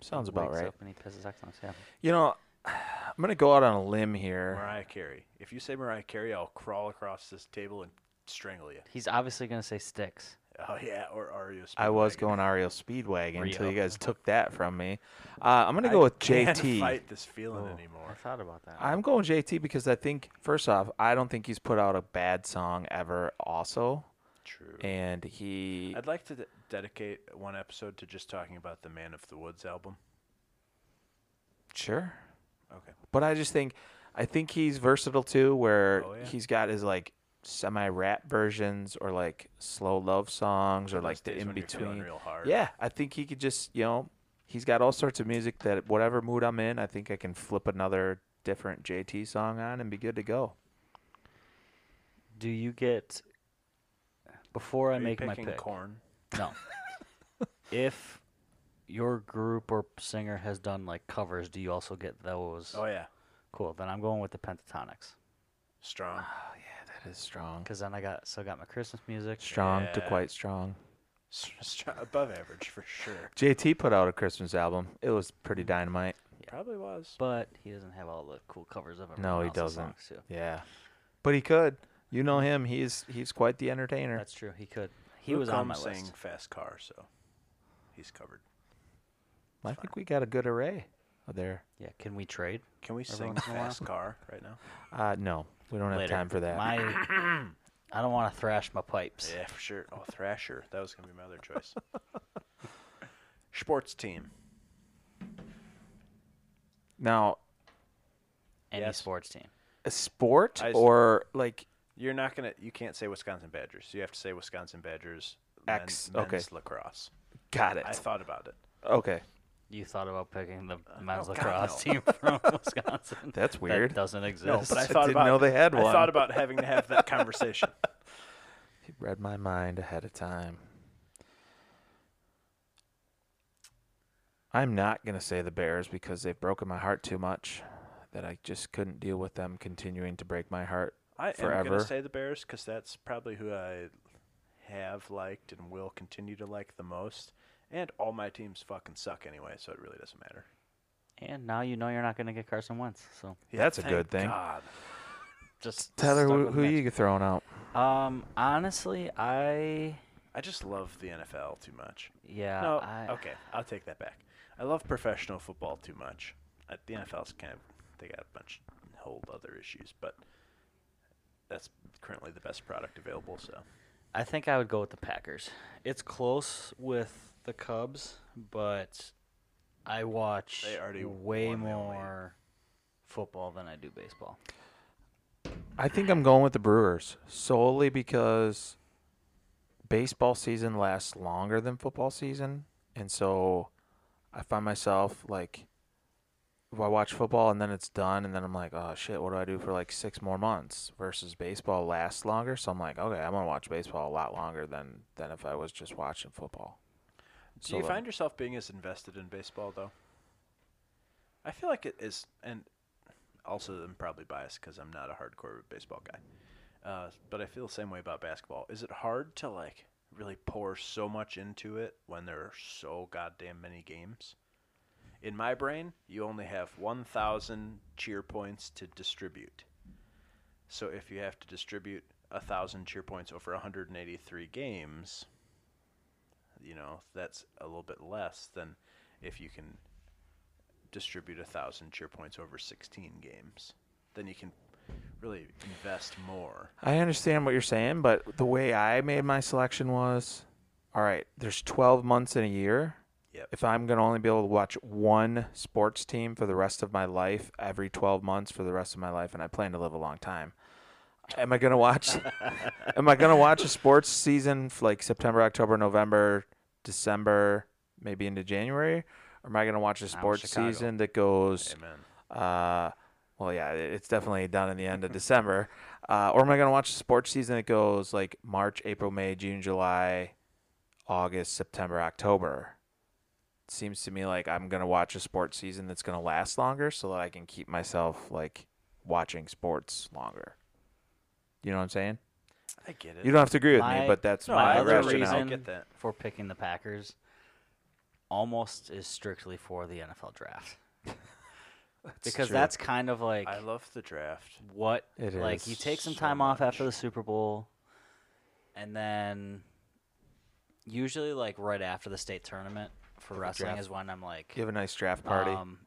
Speaker 3: Sounds about
Speaker 2: Wakes
Speaker 3: right.
Speaker 2: Up and he pisses excellence. Yeah.
Speaker 3: You know, I'm gonna go out on a limb here.
Speaker 1: Mariah Carey. If you say Mariah Carey, I'll crawl across this table and strangle you.
Speaker 2: He's obviously gonna say sticks.
Speaker 1: Oh yeah, or are you?
Speaker 3: I was going Ario Speedwagon until you
Speaker 2: Rio.
Speaker 3: guys took that from me. Uh, I'm gonna go with
Speaker 1: Can't
Speaker 3: JT.
Speaker 1: fight this feeling
Speaker 3: Oh.
Speaker 2: I
Speaker 1: anymore.
Speaker 2: thought about that.
Speaker 3: I'm going JT because I think first off, I don't think he's put out a bad song ever. Also,
Speaker 1: True.
Speaker 3: and he
Speaker 1: I'd like to d- dedicate one episode to just talking about the Man of the Woods album.
Speaker 3: sure.
Speaker 1: Okay.
Speaker 3: But I just think I think he's versatile too, where
Speaker 1: Oh, yeah.
Speaker 3: he's got his like semi rap versions or like slow love songs or like
Speaker 1: Those
Speaker 3: the
Speaker 1: days
Speaker 3: in
Speaker 1: when you're feeling
Speaker 3: between.
Speaker 1: real hard.
Speaker 3: Yeah, I think he could just, you know, he's got all sorts of music that whatever mood I'm in, I think I can flip another different JT song on and be good to go.
Speaker 2: Do you get before I
Speaker 1: Are you
Speaker 2: make my
Speaker 1: picking
Speaker 2: pick?
Speaker 1: corn.
Speaker 2: No. if your group or singer has done like covers, do you also get those?
Speaker 1: Oh yeah,
Speaker 2: Cool. Then I'm going with the Pentatonics
Speaker 1: strong.
Speaker 2: Ah.
Speaker 3: Oh yeah, that is strong.
Speaker 2: because then I got so I got my Christmas music.
Speaker 3: Strong to
Speaker 1: Yeah.
Speaker 3: quite strong.
Speaker 1: S- str- above average for sure.
Speaker 3: JT put out a Christmas album. It was pretty dynamite.
Speaker 1: Probably was.
Speaker 2: But he doesn't have all the cool covers of everyone
Speaker 3: No, he
Speaker 2: else's
Speaker 3: doesn't.
Speaker 2: songs, too.
Speaker 3: Yeah. But he could. You know him. He's he's quite the entertainer.
Speaker 2: That's true. He could. He
Speaker 1: Luke
Speaker 2: was on my
Speaker 1: Combs sang
Speaker 2: list.
Speaker 1: Fast Car, so he's covered.
Speaker 3: I think we got a good array there.
Speaker 2: Yeah. Can we trade?
Speaker 1: Can we
Speaker 2: Every
Speaker 1: sing
Speaker 2: once in a while.
Speaker 1: Fast Car right now?
Speaker 3: Uh no. We don't have
Speaker 2: Later.
Speaker 3: time for that.
Speaker 2: My, I don't want to thrash my pipes.
Speaker 1: Yeah, for sure. Oh, Thrasher. That was gonna be my other choice. Sports team.
Speaker 3: now,
Speaker 2: Any
Speaker 1: Yes.
Speaker 2: sports team.
Speaker 3: a sport
Speaker 1: I s-
Speaker 3: or like
Speaker 1: You're not gonna. You can't say Wisconsin Badgers. You have to say Wisconsin Badgers. men-
Speaker 3: X, okay.
Speaker 1: men's lacrosse.
Speaker 3: got it.
Speaker 1: I thought about it.
Speaker 3: okay.
Speaker 2: You thought about picking the men's
Speaker 1: oh, God,
Speaker 2: lacrosse
Speaker 1: no.
Speaker 2: team from Wisconsin.
Speaker 3: That's weird.
Speaker 2: That doesn't
Speaker 1: No,
Speaker 2: exist.
Speaker 1: but I
Speaker 3: I
Speaker 1: thought
Speaker 3: didn't
Speaker 1: about
Speaker 3: know they had
Speaker 1: I
Speaker 3: one.
Speaker 1: thought about having to have that conversation.
Speaker 3: He read my mind ahead of time. I'm not going to say the Bears because they've broken my heart too much that I just couldn't deal with them continuing to break my heart.
Speaker 1: I am going
Speaker 3: Forever.
Speaker 1: to say the Bears because that's probably who I have liked and will continue to like the most. And all my teams fucking suck anyway, so it really doesn't matter.
Speaker 2: and now you know you're not going to get Carson Wentz. So
Speaker 3: That's a
Speaker 1: thank
Speaker 3: good thing.
Speaker 1: God.
Speaker 2: just
Speaker 3: Tyler,
Speaker 2: stuck
Speaker 3: who,
Speaker 2: with
Speaker 3: who
Speaker 2: Mitch.
Speaker 3: you throwing out?
Speaker 2: Um, honestly, I
Speaker 1: I just love the NFL too much.
Speaker 3: Uh,
Speaker 2: yeah.
Speaker 1: no,
Speaker 2: I,
Speaker 1: okay, I'll take that back. I love professional football too much. Uh, the NFL's kind of they got a bunch whole other issues, but that's currently the best product available. So
Speaker 2: I think I would go with the Packers. It's close with the Cubs, but I watch
Speaker 1: They already
Speaker 2: way
Speaker 1: won the league.
Speaker 2: more football than I do baseball.
Speaker 3: I think I'm going with the Brewers solely because baseball season lasts longer than football season, and so I find myself like if I watch football and then it's done, and then I'm like, oh shit, what do I do for like six more months? Versus baseball lasts longer, so I'm like, okay, I'm gonna watch baseball a lot longer than than if I was just watching football.
Speaker 1: Do you
Speaker 3: the-
Speaker 1: find yourself being as invested in baseball though? I feel like it is, and also I'm probably biased because I'm not a hardcore baseball guy, uh, but I feel the same way about basketball. Is it hard to like really pour so much into it when there are so goddamn many games? In my brain, you only have 1,000 cheer points to distribute. So if you have to distribute 1,000 cheer points over 183 games, you know that's a little bit less than if you can distribute a thousand cheer points over 16 games then you can really invest more
Speaker 3: I understand what you're saying, but the way I made my selection was, all right, there's 12 months in a year.
Speaker 1: Yep.
Speaker 3: If I'm going to only be able to watch one sports team for the rest of my life, every 12 months for the rest of my life, and I plan to live a long time, am I going to watch? am I going to watch a sports season f- like September, October, November, December, maybe into January? Or am I going to watch a sports
Speaker 2: Chicago.
Speaker 3: season that goes?
Speaker 1: amen
Speaker 3: uh, well, yeah, it- it's definitely done in the end of December. Uh, or am I going to watch the sports season that goes like March, April, May, June, July, August, September, October? It seems to me like I'm going to watch a sports season that's going to last longer so that I can keep myself like watching sports longer. You know what I'm saying?
Speaker 1: i get it
Speaker 3: You don't have to agree with
Speaker 2: My-
Speaker 3: me, but that's
Speaker 1: no,
Speaker 3: my
Speaker 1: I
Speaker 2: other
Speaker 1: rationale.
Speaker 2: reason
Speaker 1: I
Speaker 3: rationale.
Speaker 1: get that.
Speaker 2: for picking the Packers almost is strictly for the NFL draft because
Speaker 3: true.
Speaker 2: that's kind of like
Speaker 1: i love the draft
Speaker 2: what
Speaker 3: It
Speaker 2: like
Speaker 3: is
Speaker 2: you take some
Speaker 3: so
Speaker 2: time off after the Super Bowl and then usually like right after the state tournament for wrestling
Speaker 3: draft.
Speaker 2: is when I'm like
Speaker 3: You have a nice draft party.
Speaker 2: Um,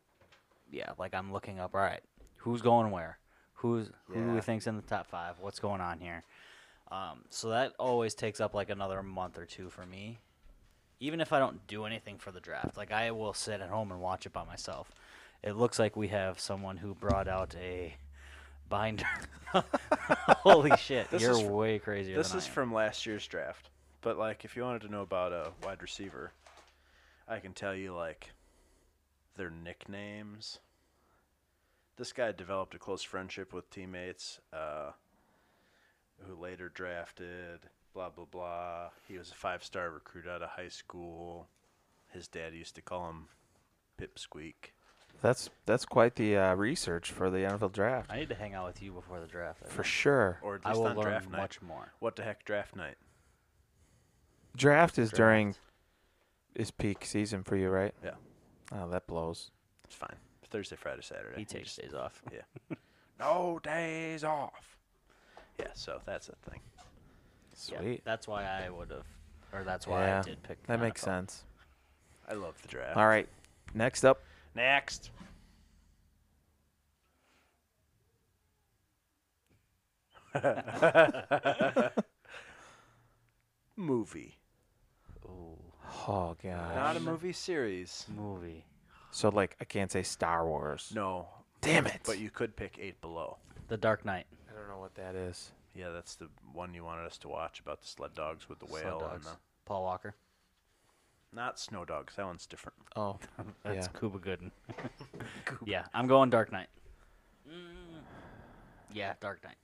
Speaker 2: yeah, like I'm looking up. All right, who's going where? Who's who do we
Speaker 3: Yeah.
Speaker 2: think's in the top five? What's going on here? Um, so that always takes up like another month or two for me, even if I don't do anything for the draft. Like I will sit at home and watch it by myself. It looks like we have someone who brought out a binder. Holy shit!
Speaker 1: This
Speaker 2: you're
Speaker 1: is fr-
Speaker 2: way crazier.
Speaker 1: this
Speaker 2: than
Speaker 1: is
Speaker 2: I am.
Speaker 1: from last year's draft but like if you wanted to know about a wide receiver i can tell you like their nicknames this guy developed a close friendship with teammates uh, who later drafted blah blah blah he was a five-star recruit out of high school his dad used to call him pipsqueak
Speaker 3: that's that's quite the uh, research for the NFL draft.
Speaker 2: I need to hang out with you before the draft. I
Speaker 3: For
Speaker 2: think.
Speaker 3: sure.
Speaker 1: or at
Speaker 2: I
Speaker 1: least
Speaker 2: will
Speaker 1: on
Speaker 2: learn
Speaker 1: draft night
Speaker 2: much more.
Speaker 1: what the heck draft night
Speaker 3: Draft is during
Speaker 2: Draft.
Speaker 3: is peak season for you, right?
Speaker 1: yeah
Speaker 3: Oh, that blows.
Speaker 1: it's fine thursday friday saturday
Speaker 2: He
Speaker 1: You
Speaker 2: takes
Speaker 1: just-
Speaker 2: days off.
Speaker 1: Yeah. no days off. Yeah, so that's a thing.
Speaker 2: Yeah,
Speaker 3: Sweet.
Speaker 2: that's why I would have, or that's why I
Speaker 3: Yeah,
Speaker 2: did pick.
Speaker 3: That
Speaker 2: the
Speaker 3: makes
Speaker 2: NFL.
Speaker 3: sense.
Speaker 1: I love the draft.
Speaker 3: All right. Next up,
Speaker 1: Next. movie.
Speaker 3: oh
Speaker 1: Not
Speaker 3: god.
Speaker 1: a movie series.
Speaker 2: Movie.
Speaker 3: So like, I can't say Star Wars.
Speaker 1: No,
Speaker 3: Damn it.
Speaker 1: but you could pick 8 Below.
Speaker 2: The Dark Knight.
Speaker 3: I don't know what that is.
Speaker 1: Yeah, that's the one you wanted us to watch about the sled dogs with the
Speaker 2: Sled
Speaker 1: whale and
Speaker 2: Dogs.
Speaker 1: the
Speaker 2: Paul Walker.
Speaker 1: Not Snow Dogs. That one's different.
Speaker 3: Oh,
Speaker 2: That's
Speaker 3: yeah.
Speaker 2: Cuba Gooden. yeah, I'm going Dark Knight. Mm. Yeah, Dark Knight.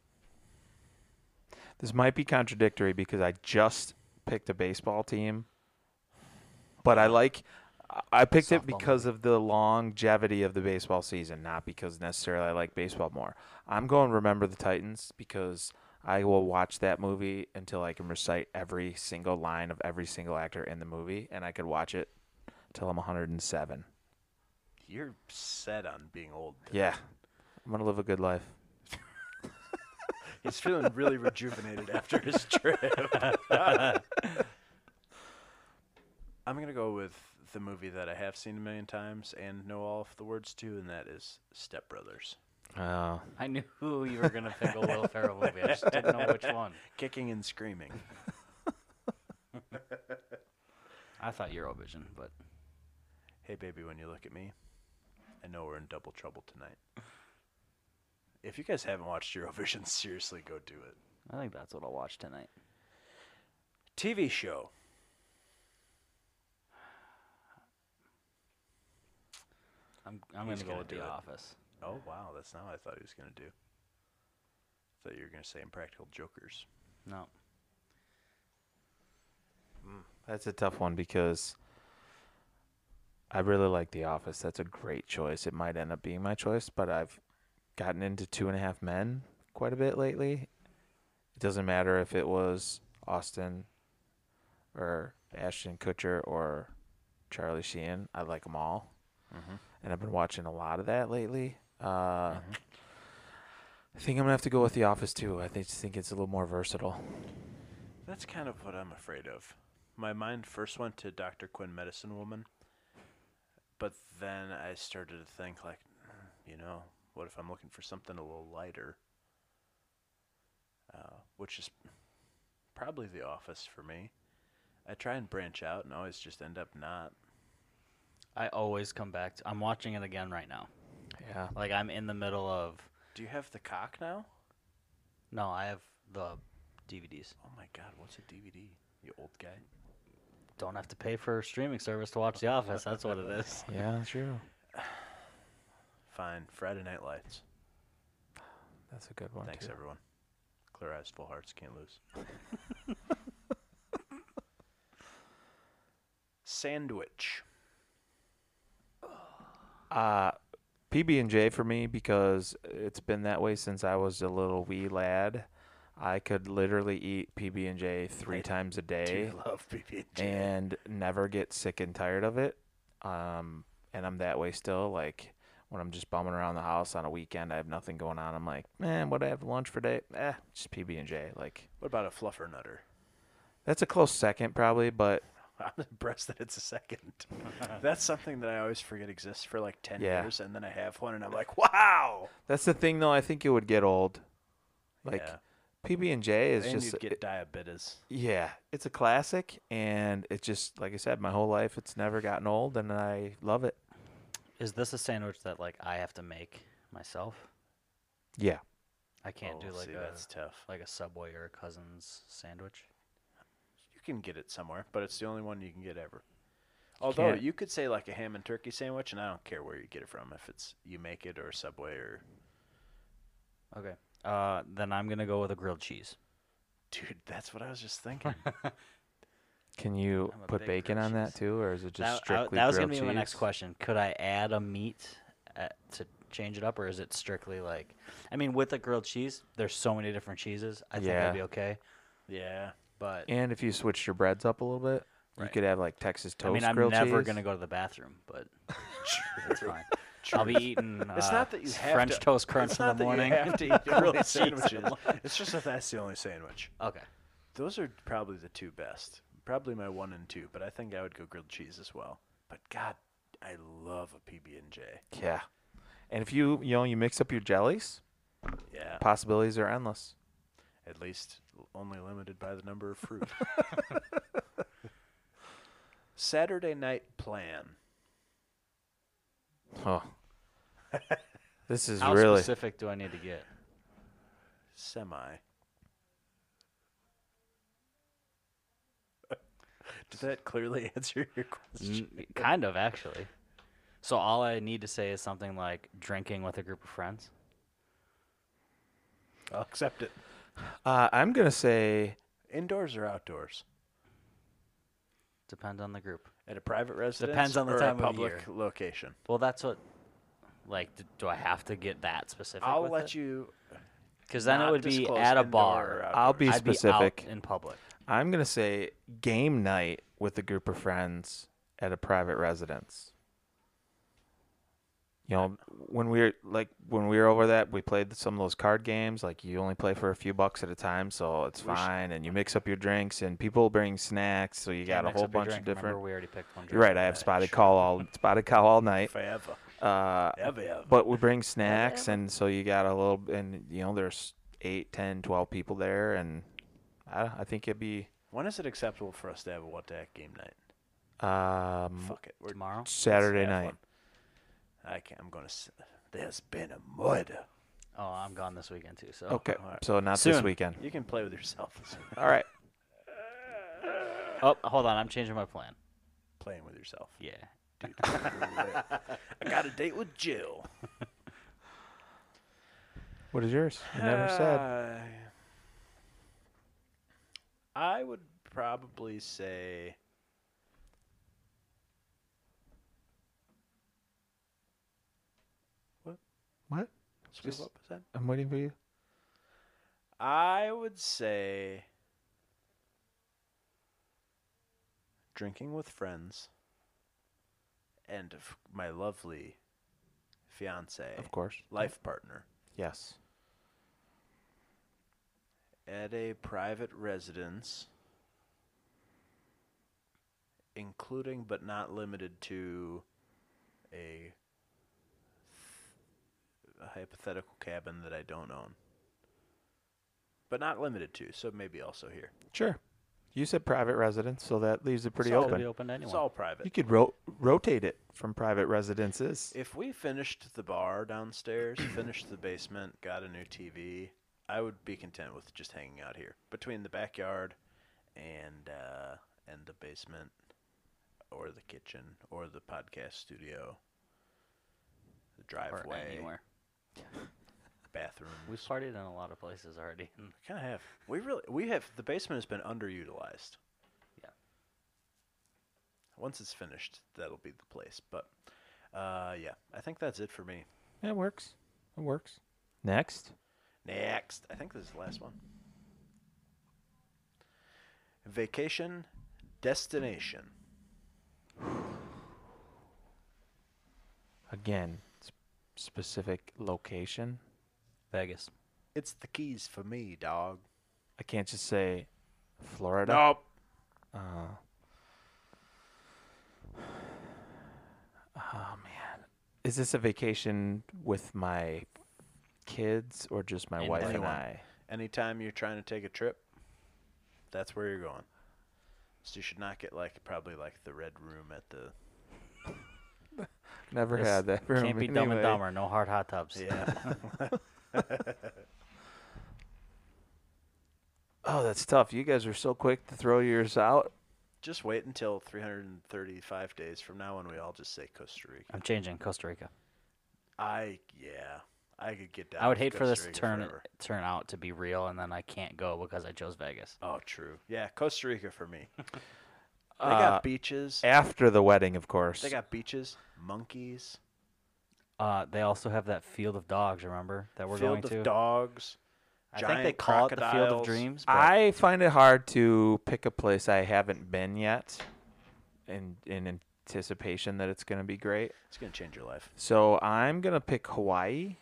Speaker 3: This might be contradictory because I just picked a baseball team, but I like. I- I picked
Speaker 2: Softball
Speaker 3: it because of the longevity of the baseball season, not because necessarily I like baseball more. I'm going to remember the Titans because I will watch that movie until I can recite every single line of every single actor in the movie, and I could watch it till I'm 107.
Speaker 1: You're set on being old.
Speaker 3: Yeah, I'm gonna live a good life.
Speaker 1: He's feeling really rejuvenated after his trip. I'm gonna go with the movie that I have seen a million times and know all of the words to, and that is Step Brothers.
Speaker 3: Oh,
Speaker 2: I knew you were gonna pick a Will Ferrell movie. I just didn't know which one.
Speaker 1: Kicking and screaming.
Speaker 2: I thought Eurovision, but
Speaker 1: Hey baby, when you look at me, I know we're in double trouble tonight. If you guys haven't watched Eurovision, seriously go do it.
Speaker 2: I think that's what I'll watch tonight.
Speaker 1: TV show.
Speaker 2: I'm I'm
Speaker 1: He's
Speaker 2: gonna go
Speaker 1: gonna
Speaker 2: with
Speaker 1: do
Speaker 2: The
Speaker 1: it.
Speaker 2: Office.
Speaker 1: Oh wow, that's not what I thought he was gonna do. thought you were gonna say Impractical Jokers.
Speaker 2: No,
Speaker 3: that's a tough one because I really like The Office. That's a great choice. It might end up being my choice, but I've gotten into Two and a Half Men quite a bit lately. It doesn't matter if it was Austin or Ashton Kutcher or Charlie Sheen. I like them all, and I've been watching a lot of that lately. Uh,
Speaker 1: Uh-huh.
Speaker 3: I think I'm gonna have to go with The Office too. I think- just think it's a little more versatile.
Speaker 1: That's kind of what I'm afraid of. My mind first went to Dr. Quinn Medicine Woman, but then I started to think, like, "Hmm, you know, what if I'm looking for something a little lighter? Uh, which is probably The Office for me. I try and branch out and always just end up not.
Speaker 2: I always come back. to... I'm watching it again right now.
Speaker 3: Yeah.
Speaker 2: Like I'm in the middle of.
Speaker 1: Do you have the cock now?
Speaker 2: No, I have the DVDs.
Speaker 1: Oh my god, what's a DVD? You old guy.
Speaker 2: Don't have to pay for a streaming service to watch The Office. That's what it is.
Speaker 3: Yeah, true.
Speaker 1: Fine. Friday Night Lights.
Speaker 3: That's a good one.
Speaker 1: Thanks,
Speaker 3: too.
Speaker 1: everyone. Clear eyes, full hearts, can't lose. Sandwich.
Speaker 3: Uh PB and J for me because it's been that way since I was a little wee lad. I could literally eat PB and J three
Speaker 1: I
Speaker 3: times a
Speaker 1: Do
Speaker 3: day
Speaker 1: love PB&J.
Speaker 3: and never get sick and tired of it. Um, and I'm that way still. Like when I'm just bumming around the house on a weekend, I have nothing going on. I'm like, man, what do I have for lunch for day? Eh, just PB and J. Like
Speaker 1: What about a fluffer nutter?
Speaker 3: that's a close second probably, but
Speaker 1: I'm impressed that it's a second. That's something that I always forget exists for like 10
Speaker 3: Yeah.
Speaker 1: years, and then I have one, and I'm like, wow!
Speaker 3: that's the thing though. I think it would get old. Like
Speaker 1: Yeah.
Speaker 3: PB and J is
Speaker 1: and
Speaker 3: just
Speaker 1: you'd get
Speaker 3: it-
Speaker 1: diabetes.
Speaker 3: Yeah, it's a classic, and it's just like I said, my whole life it's never gotten old, and I love it.
Speaker 2: Is this a sandwich that like I have to make myself?
Speaker 3: Yeah,
Speaker 2: I can't do
Speaker 1: Oh,
Speaker 2: like
Speaker 1: see,
Speaker 2: a
Speaker 1: that's tough.
Speaker 2: like a Subway or a Cousins sandwich.
Speaker 1: You can get it somewhere, but it's the only one you can get ever. Although
Speaker 3: can't-
Speaker 1: you could say like a ham and turkey sandwich, and I don't care where you get it from, if it's you make it or Subway or
Speaker 2: Okay. Uh, then I'm gonna go with a grilled cheese.
Speaker 1: Dude, that's what I was just thinking.
Speaker 3: can you
Speaker 2: I'm a
Speaker 3: put
Speaker 2: big
Speaker 3: bacon
Speaker 2: grilled
Speaker 3: on that
Speaker 2: cheese.
Speaker 3: too, or is it just
Speaker 2: That- I-
Speaker 3: strictly
Speaker 2: uh, that was
Speaker 3: grilled
Speaker 2: gonna be my next
Speaker 3: cheese?
Speaker 2: question. Could I add a meat uh to change it up, or is it strictly like? I mean, with a grilled cheese, there's so many different cheeses. I think
Speaker 3: Yeah.
Speaker 2: I'd be okay.
Speaker 1: yeah.
Speaker 2: But
Speaker 3: And if you switched your breads up a little bit, you
Speaker 2: Right.
Speaker 3: could have like Texas
Speaker 2: I
Speaker 3: toast.
Speaker 2: mean, I'm
Speaker 3: grilled
Speaker 2: never
Speaker 3: cheese.
Speaker 2: gonna go to the bathroom, but it's fine. I'll be eating. Uh,
Speaker 1: It's not that you have
Speaker 2: French
Speaker 1: to-
Speaker 2: toast crunch
Speaker 1: it's
Speaker 2: in
Speaker 1: not
Speaker 2: the morning.
Speaker 1: That you have to eat
Speaker 2: Grilled
Speaker 1: grilled
Speaker 2: cheese.
Speaker 1: sandwiches. it's just that that's the only sandwich.
Speaker 2: Okay.
Speaker 1: Those are probably the two best. Probably my one and two, but I think I would go grilled cheese as well. But God, I love a PB and J.
Speaker 3: Yeah, and if you you know you mix up your jellies,
Speaker 1: Yeah.
Speaker 3: possibilities are endless.
Speaker 1: At least l- only limited by the number of fruit. Saturday night plan.
Speaker 3: Oh, this is
Speaker 2: How
Speaker 3: really
Speaker 2: specific do I need to get?
Speaker 1: Semi. Does that clearly answer your question?
Speaker 2: N- kind of actually. So all I need to say is something like drinking with a group of friends.
Speaker 1: I'll accept it.
Speaker 3: Uh, I'm gonna say
Speaker 1: Indoors or outdoors?
Speaker 2: Depends on the group.
Speaker 1: At a private residence?
Speaker 2: Depends on the
Speaker 1: or
Speaker 2: time
Speaker 1: a
Speaker 2: of
Speaker 1: public
Speaker 2: year.
Speaker 1: location.
Speaker 2: Well, that's what. Like, d- do I have to get that specific?
Speaker 1: I'll let you.
Speaker 2: Because then it
Speaker 1: not
Speaker 2: would be
Speaker 1: disclose
Speaker 2: at a
Speaker 1: indoor uh, or
Speaker 2: bar.
Speaker 1: outdoor.
Speaker 3: I'll be
Speaker 2: I'd
Speaker 3: specific.
Speaker 2: be out in public.
Speaker 3: I'm gonna say game night with a group of friends at a private residence. You know, when we were like when we were over that, we played some of those card games. Like you only play for a few bucks at a time, so it's
Speaker 1: We should-
Speaker 3: fine. and you mix up your drinks, and people bring snacks, so you
Speaker 2: Can't
Speaker 3: got a
Speaker 2: mix
Speaker 3: whole
Speaker 2: up your
Speaker 3: bunch of
Speaker 2: drink. Remember,
Speaker 3: different.
Speaker 2: we already picked one.
Speaker 3: You're
Speaker 2: drink
Speaker 3: right. I
Speaker 2: for
Speaker 3: have
Speaker 2: that.
Speaker 3: spotted cow all spotted cow all night.
Speaker 1: Forever.
Speaker 3: Uh,
Speaker 1: Ever, ever.
Speaker 3: but we bring snacks and so you got a little and you know there's eight, ten, twelve people there and i, I think it'd be
Speaker 1: When is it acceptable for us to have a what the heck game night?
Speaker 3: um
Speaker 1: Fuck it. We're
Speaker 2: tomorrow.
Speaker 3: saturday
Speaker 1: have
Speaker 3: night
Speaker 1: one. I can't. I'm gonna. s- There's been a murder.
Speaker 2: Oh, I'm gone this weekend too. So
Speaker 3: okay
Speaker 1: all right.
Speaker 3: so not this
Speaker 2: Soon.
Speaker 3: weekend
Speaker 1: You can play with yourself.
Speaker 3: all right
Speaker 2: Oh, hold on. I'm changing my plan.
Speaker 1: Playing with yourself.
Speaker 2: Yeah.
Speaker 1: Dude, I got a date with Jill.
Speaker 3: what is yours you never said
Speaker 1: Uh, I would probably say.
Speaker 3: what
Speaker 1: Excuse-
Speaker 3: Just-
Speaker 1: what was that?
Speaker 3: i'm waiting for you
Speaker 1: I would say drinking with friends and f- my lovely fiance,
Speaker 3: of course
Speaker 1: life partner,
Speaker 3: yes
Speaker 1: at a private residence, including but not limited to a, a hypothetical cabin that I don't own. But not limited to, so maybe also here.
Speaker 3: sure you said private residence so that leaves it pretty
Speaker 1: So-
Speaker 2: Could
Speaker 3: open
Speaker 2: be open to
Speaker 1: It's
Speaker 2: anyone.
Speaker 1: all
Speaker 3: you
Speaker 1: private.
Speaker 3: could ro- rotate it from private residences
Speaker 1: If we finished the bar downstairs, finished the basement, got a new TV, I would be content with just hanging out here between the backyard and uh, and the basement, or the kitchen, or the podcast studio, the
Speaker 2: or
Speaker 1: driveway,
Speaker 2: anywhere.
Speaker 1: bathroom. We
Speaker 2: We've partied in a lot of places already. and
Speaker 1: kind of have. We really we have the basement has been underutilized.
Speaker 2: Yeah.
Speaker 1: Once it's finished, that'll be the place. But uh, yeah, I think that's it for me.
Speaker 3: it works it works next
Speaker 1: Next. I think this is the last one. Vacation destination.
Speaker 3: again s- specific location
Speaker 2: Vegas.
Speaker 1: It's the keys for me, dog.
Speaker 3: I can't just say Florida.
Speaker 1: Nope.
Speaker 3: Uh, oh man, is this a vacation with my kids or just my wife and
Speaker 1: Anyone.
Speaker 3: I?
Speaker 1: Anytime you're trying to take a trip, that's where you're going. So you should not get like probably like the red room at the
Speaker 3: Never
Speaker 2: This
Speaker 3: had that. room
Speaker 2: Can't be dumb
Speaker 3: anyway.
Speaker 2: and dumber. No hard hot tubs.
Speaker 1: Yeah.
Speaker 3: Oh, that's tough. You guys are so quick to throw yours out.
Speaker 1: just wait until 335 days from now when we all just say Costa Rica.
Speaker 2: I'm changing Costa Rica.
Speaker 1: I yeah, I could get down.
Speaker 2: I would
Speaker 1: with
Speaker 2: hate for this
Speaker 1: Costa
Speaker 2: to
Speaker 1: Rica
Speaker 2: turn
Speaker 1: forever.
Speaker 2: turn out to be real, and then I can't go because I chose Vegas.
Speaker 1: Oh, true. Yeah, Costa Rica for me. They
Speaker 3: Uh,
Speaker 1: got beaches.
Speaker 3: After the wedding, of course.
Speaker 1: They got beaches, monkeys,
Speaker 2: Uh, they also have that field of dogs. Remember that we're
Speaker 1: field
Speaker 2: going
Speaker 1: of
Speaker 2: to.
Speaker 1: dogs.
Speaker 2: I think they
Speaker 1: giant
Speaker 2: call it the Field of
Speaker 1: crocodiles.
Speaker 2: Dreams. but
Speaker 3: I find it hard to pick a place I haven't been yet, in in anticipation that it's going to be great.
Speaker 1: It's gonna change your life.
Speaker 3: So I'm gonna pick Hawaii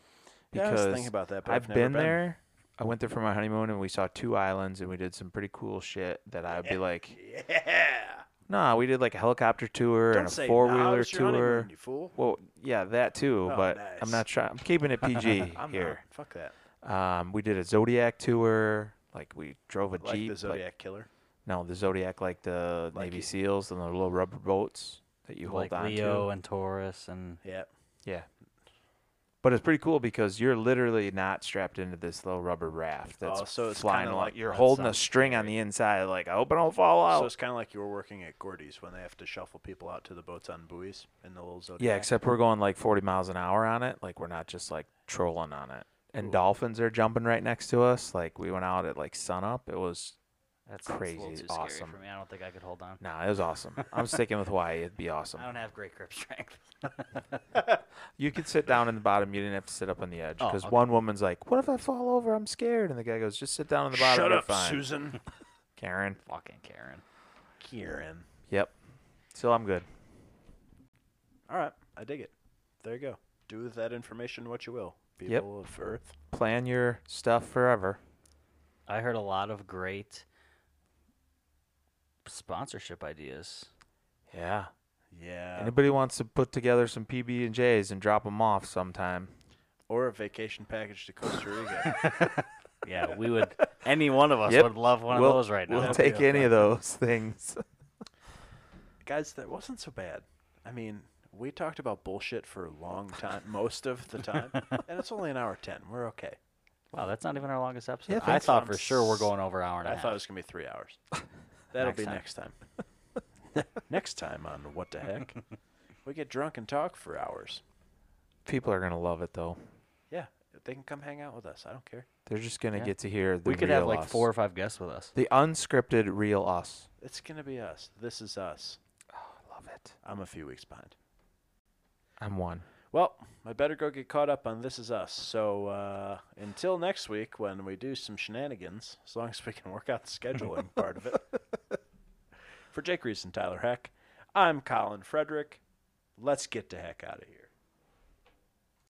Speaker 1: Yeah, I
Speaker 3: because
Speaker 1: was thinking about that, but I've
Speaker 3: I've
Speaker 1: never
Speaker 3: been,
Speaker 1: been.
Speaker 3: there. I went there for my honeymoon and we saw two islands and we did some pretty cool shit that I'd
Speaker 1: Eh.
Speaker 3: be like,
Speaker 1: Yeah.
Speaker 3: nah, we did like a helicopter tour
Speaker 1: Don't
Speaker 3: and
Speaker 1: say
Speaker 3: a four
Speaker 1: nah, it
Speaker 3: wheeler
Speaker 1: was your honeymoon,
Speaker 3: tour.
Speaker 1: you fool.
Speaker 3: Well, yeah, that too,
Speaker 1: Oh,
Speaker 3: but
Speaker 1: nice.
Speaker 3: I'm not trying. I'm keeping it PG
Speaker 1: I'm
Speaker 3: here.
Speaker 1: Not. Fuck that.
Speaker 3: Um, we did a Zodiac tour. Like we drove a
Speaker 1: Like
Speaker 3: jeep.
Speaker 1: the
Speaker 3: like-
Speaker 1: Zodiac killer.
Speaker 3: no, the Zodiac, like the
Speaker 1: Like
Speaker 3: Navy
Speaker 1: you-
Speaker 3: SEAls and the little rubber boats that you
Speaker 2: like
Speaker 3: hold on
Speaker 2: Leo
Speaker 3: to.
Speaker 2: and Taurus and
Speaker 1: Yeah.
Speaker 3: Yeah. But it's pretty cool because you're literally not strapped into this little rubber raft that's
Speaker 1: Oh, so it's
Speaker 3: flying
Speaker 1: kinda
Speaker 3: along.
Speaker 1: like-
Speaker 3: you're
Speaker 1: that
Speaker 3: holding a
Speaker 1: sounds
Speaker 3: string on the inside, like I hope I don't fall out.
Speaker 1: So it's kind of like you were working at Gordy's when they have to shuffle people out to the boats on buoys in the little zodiac.
Speaker 3: yeah, except we're going like 40 miles an hour on it. Like we're not just like trolling on it. And
Speaker 1: Cool.
Speaker 3: dolphins are jumping right next to us. Like we went out at like sunup. It was
Speaker 2: That's
Speaker 3: crazy,
Speaker 2: A little too
Speaker 3: awesome.
Speaker 2: scary for me. I don't think I could hold on.
Speaker 3: nah, it was awesome. I'm sticking with Hawaii. It'd be awesome.
Speaker 2: I don't have great grip strength.
Speaker 3: You could sit down in the bottom. You didn't have to sit up on the edge
Speaker 2: Oh,
Speaker 3: because
Speaker 2: okay.
Speaker 3: one woman's like, "What if I fall over? I'm scared." And the guy goes, "Just sit down on the bottom.
Speaker 1: Shut
Speaker 3: you're
Speaker 1: up,
Speaker 3: fine."
Speaker 1: Susan.
Speaker 3: Karen.
Speaker 2: Fucking Karen.
Speaker 1: Kieran.
Speaker 3: Yep. So I'm good.
Speaker 1: All right, I dig it. There you go. Do with that information what you will, people
Speaker 3: Yep.
Speaker 1: of Earth.
Speaker 3: Plan your stuff forever.
Speaker 2: I heard a lot of great sponsorship ideas.
Speaker 3: Yeah.
Speaker 1: Yeah.
Speaker 3: Anybody wants to put together some PB and J's and drop them off sometime?
Speaker 1: or a vacation package to Costa Rica.
Speaker 2: Yeah, we would. any one of us
Speaker 3: Yep.
Speaker 2: would love one
Speaker 3: We'll-
Speaker 2: of those right now.
Speaker 3: We'll
Speaker 1: That'd be
Speaker 3: take any
Speaker 1: okay.
Speaker 3: of those things.
Speaker 1: Guys, that wasn't so bad. I mean, we talked about bullshit for a long time, most of the time, and it's only an hour 10. We're okay.
Speaker 2: Wow, that's not even our longest episode.
Speaker 3: Yeah,
Speaker 2: I
Speaker 3: thanks,
Speaker 2: thought
Speaker 3: Tom.
Speaker 2: for sure we're going over an hour and a
Speaker 1: I
Speaker 2: half.
Speaker 1: thought it was going to be three hours. That'll
Speaker 2: Next
Speaker 1: be
Speaker 2: time.
Speaker 1: next time. next time on What the Heck? we get drunk and talk for hours.
Speaker 3: People are gonna love it though.
Speaker 1: Yeah, they can come hang out with us. I don't care.
Speaker 3: They're just gonna
Speaker 2: Yeah.
Speaker 3: get to hear the
Speaker 2: we could have
Speaker 3: real
Speaker 2: like
Speaker 3: us.
Speaker 2: four or five guests with us.
Speaker 3: the unscripted real us.
Speaker 1: It's going to be us. This is us.
Speaker 3: I love it.
Speaker 1: I'm a few weeks behind.
Speaker 3: I'm one.
Speaker 1: Well, I better go get caught up on This Is Us. So uh, until next week, when we do some shenanigans, as long as we can work out the scheduling part of it. For Jake Reese and Tyler Heck, I'm Colin Frederick. Let's get the heck out of here.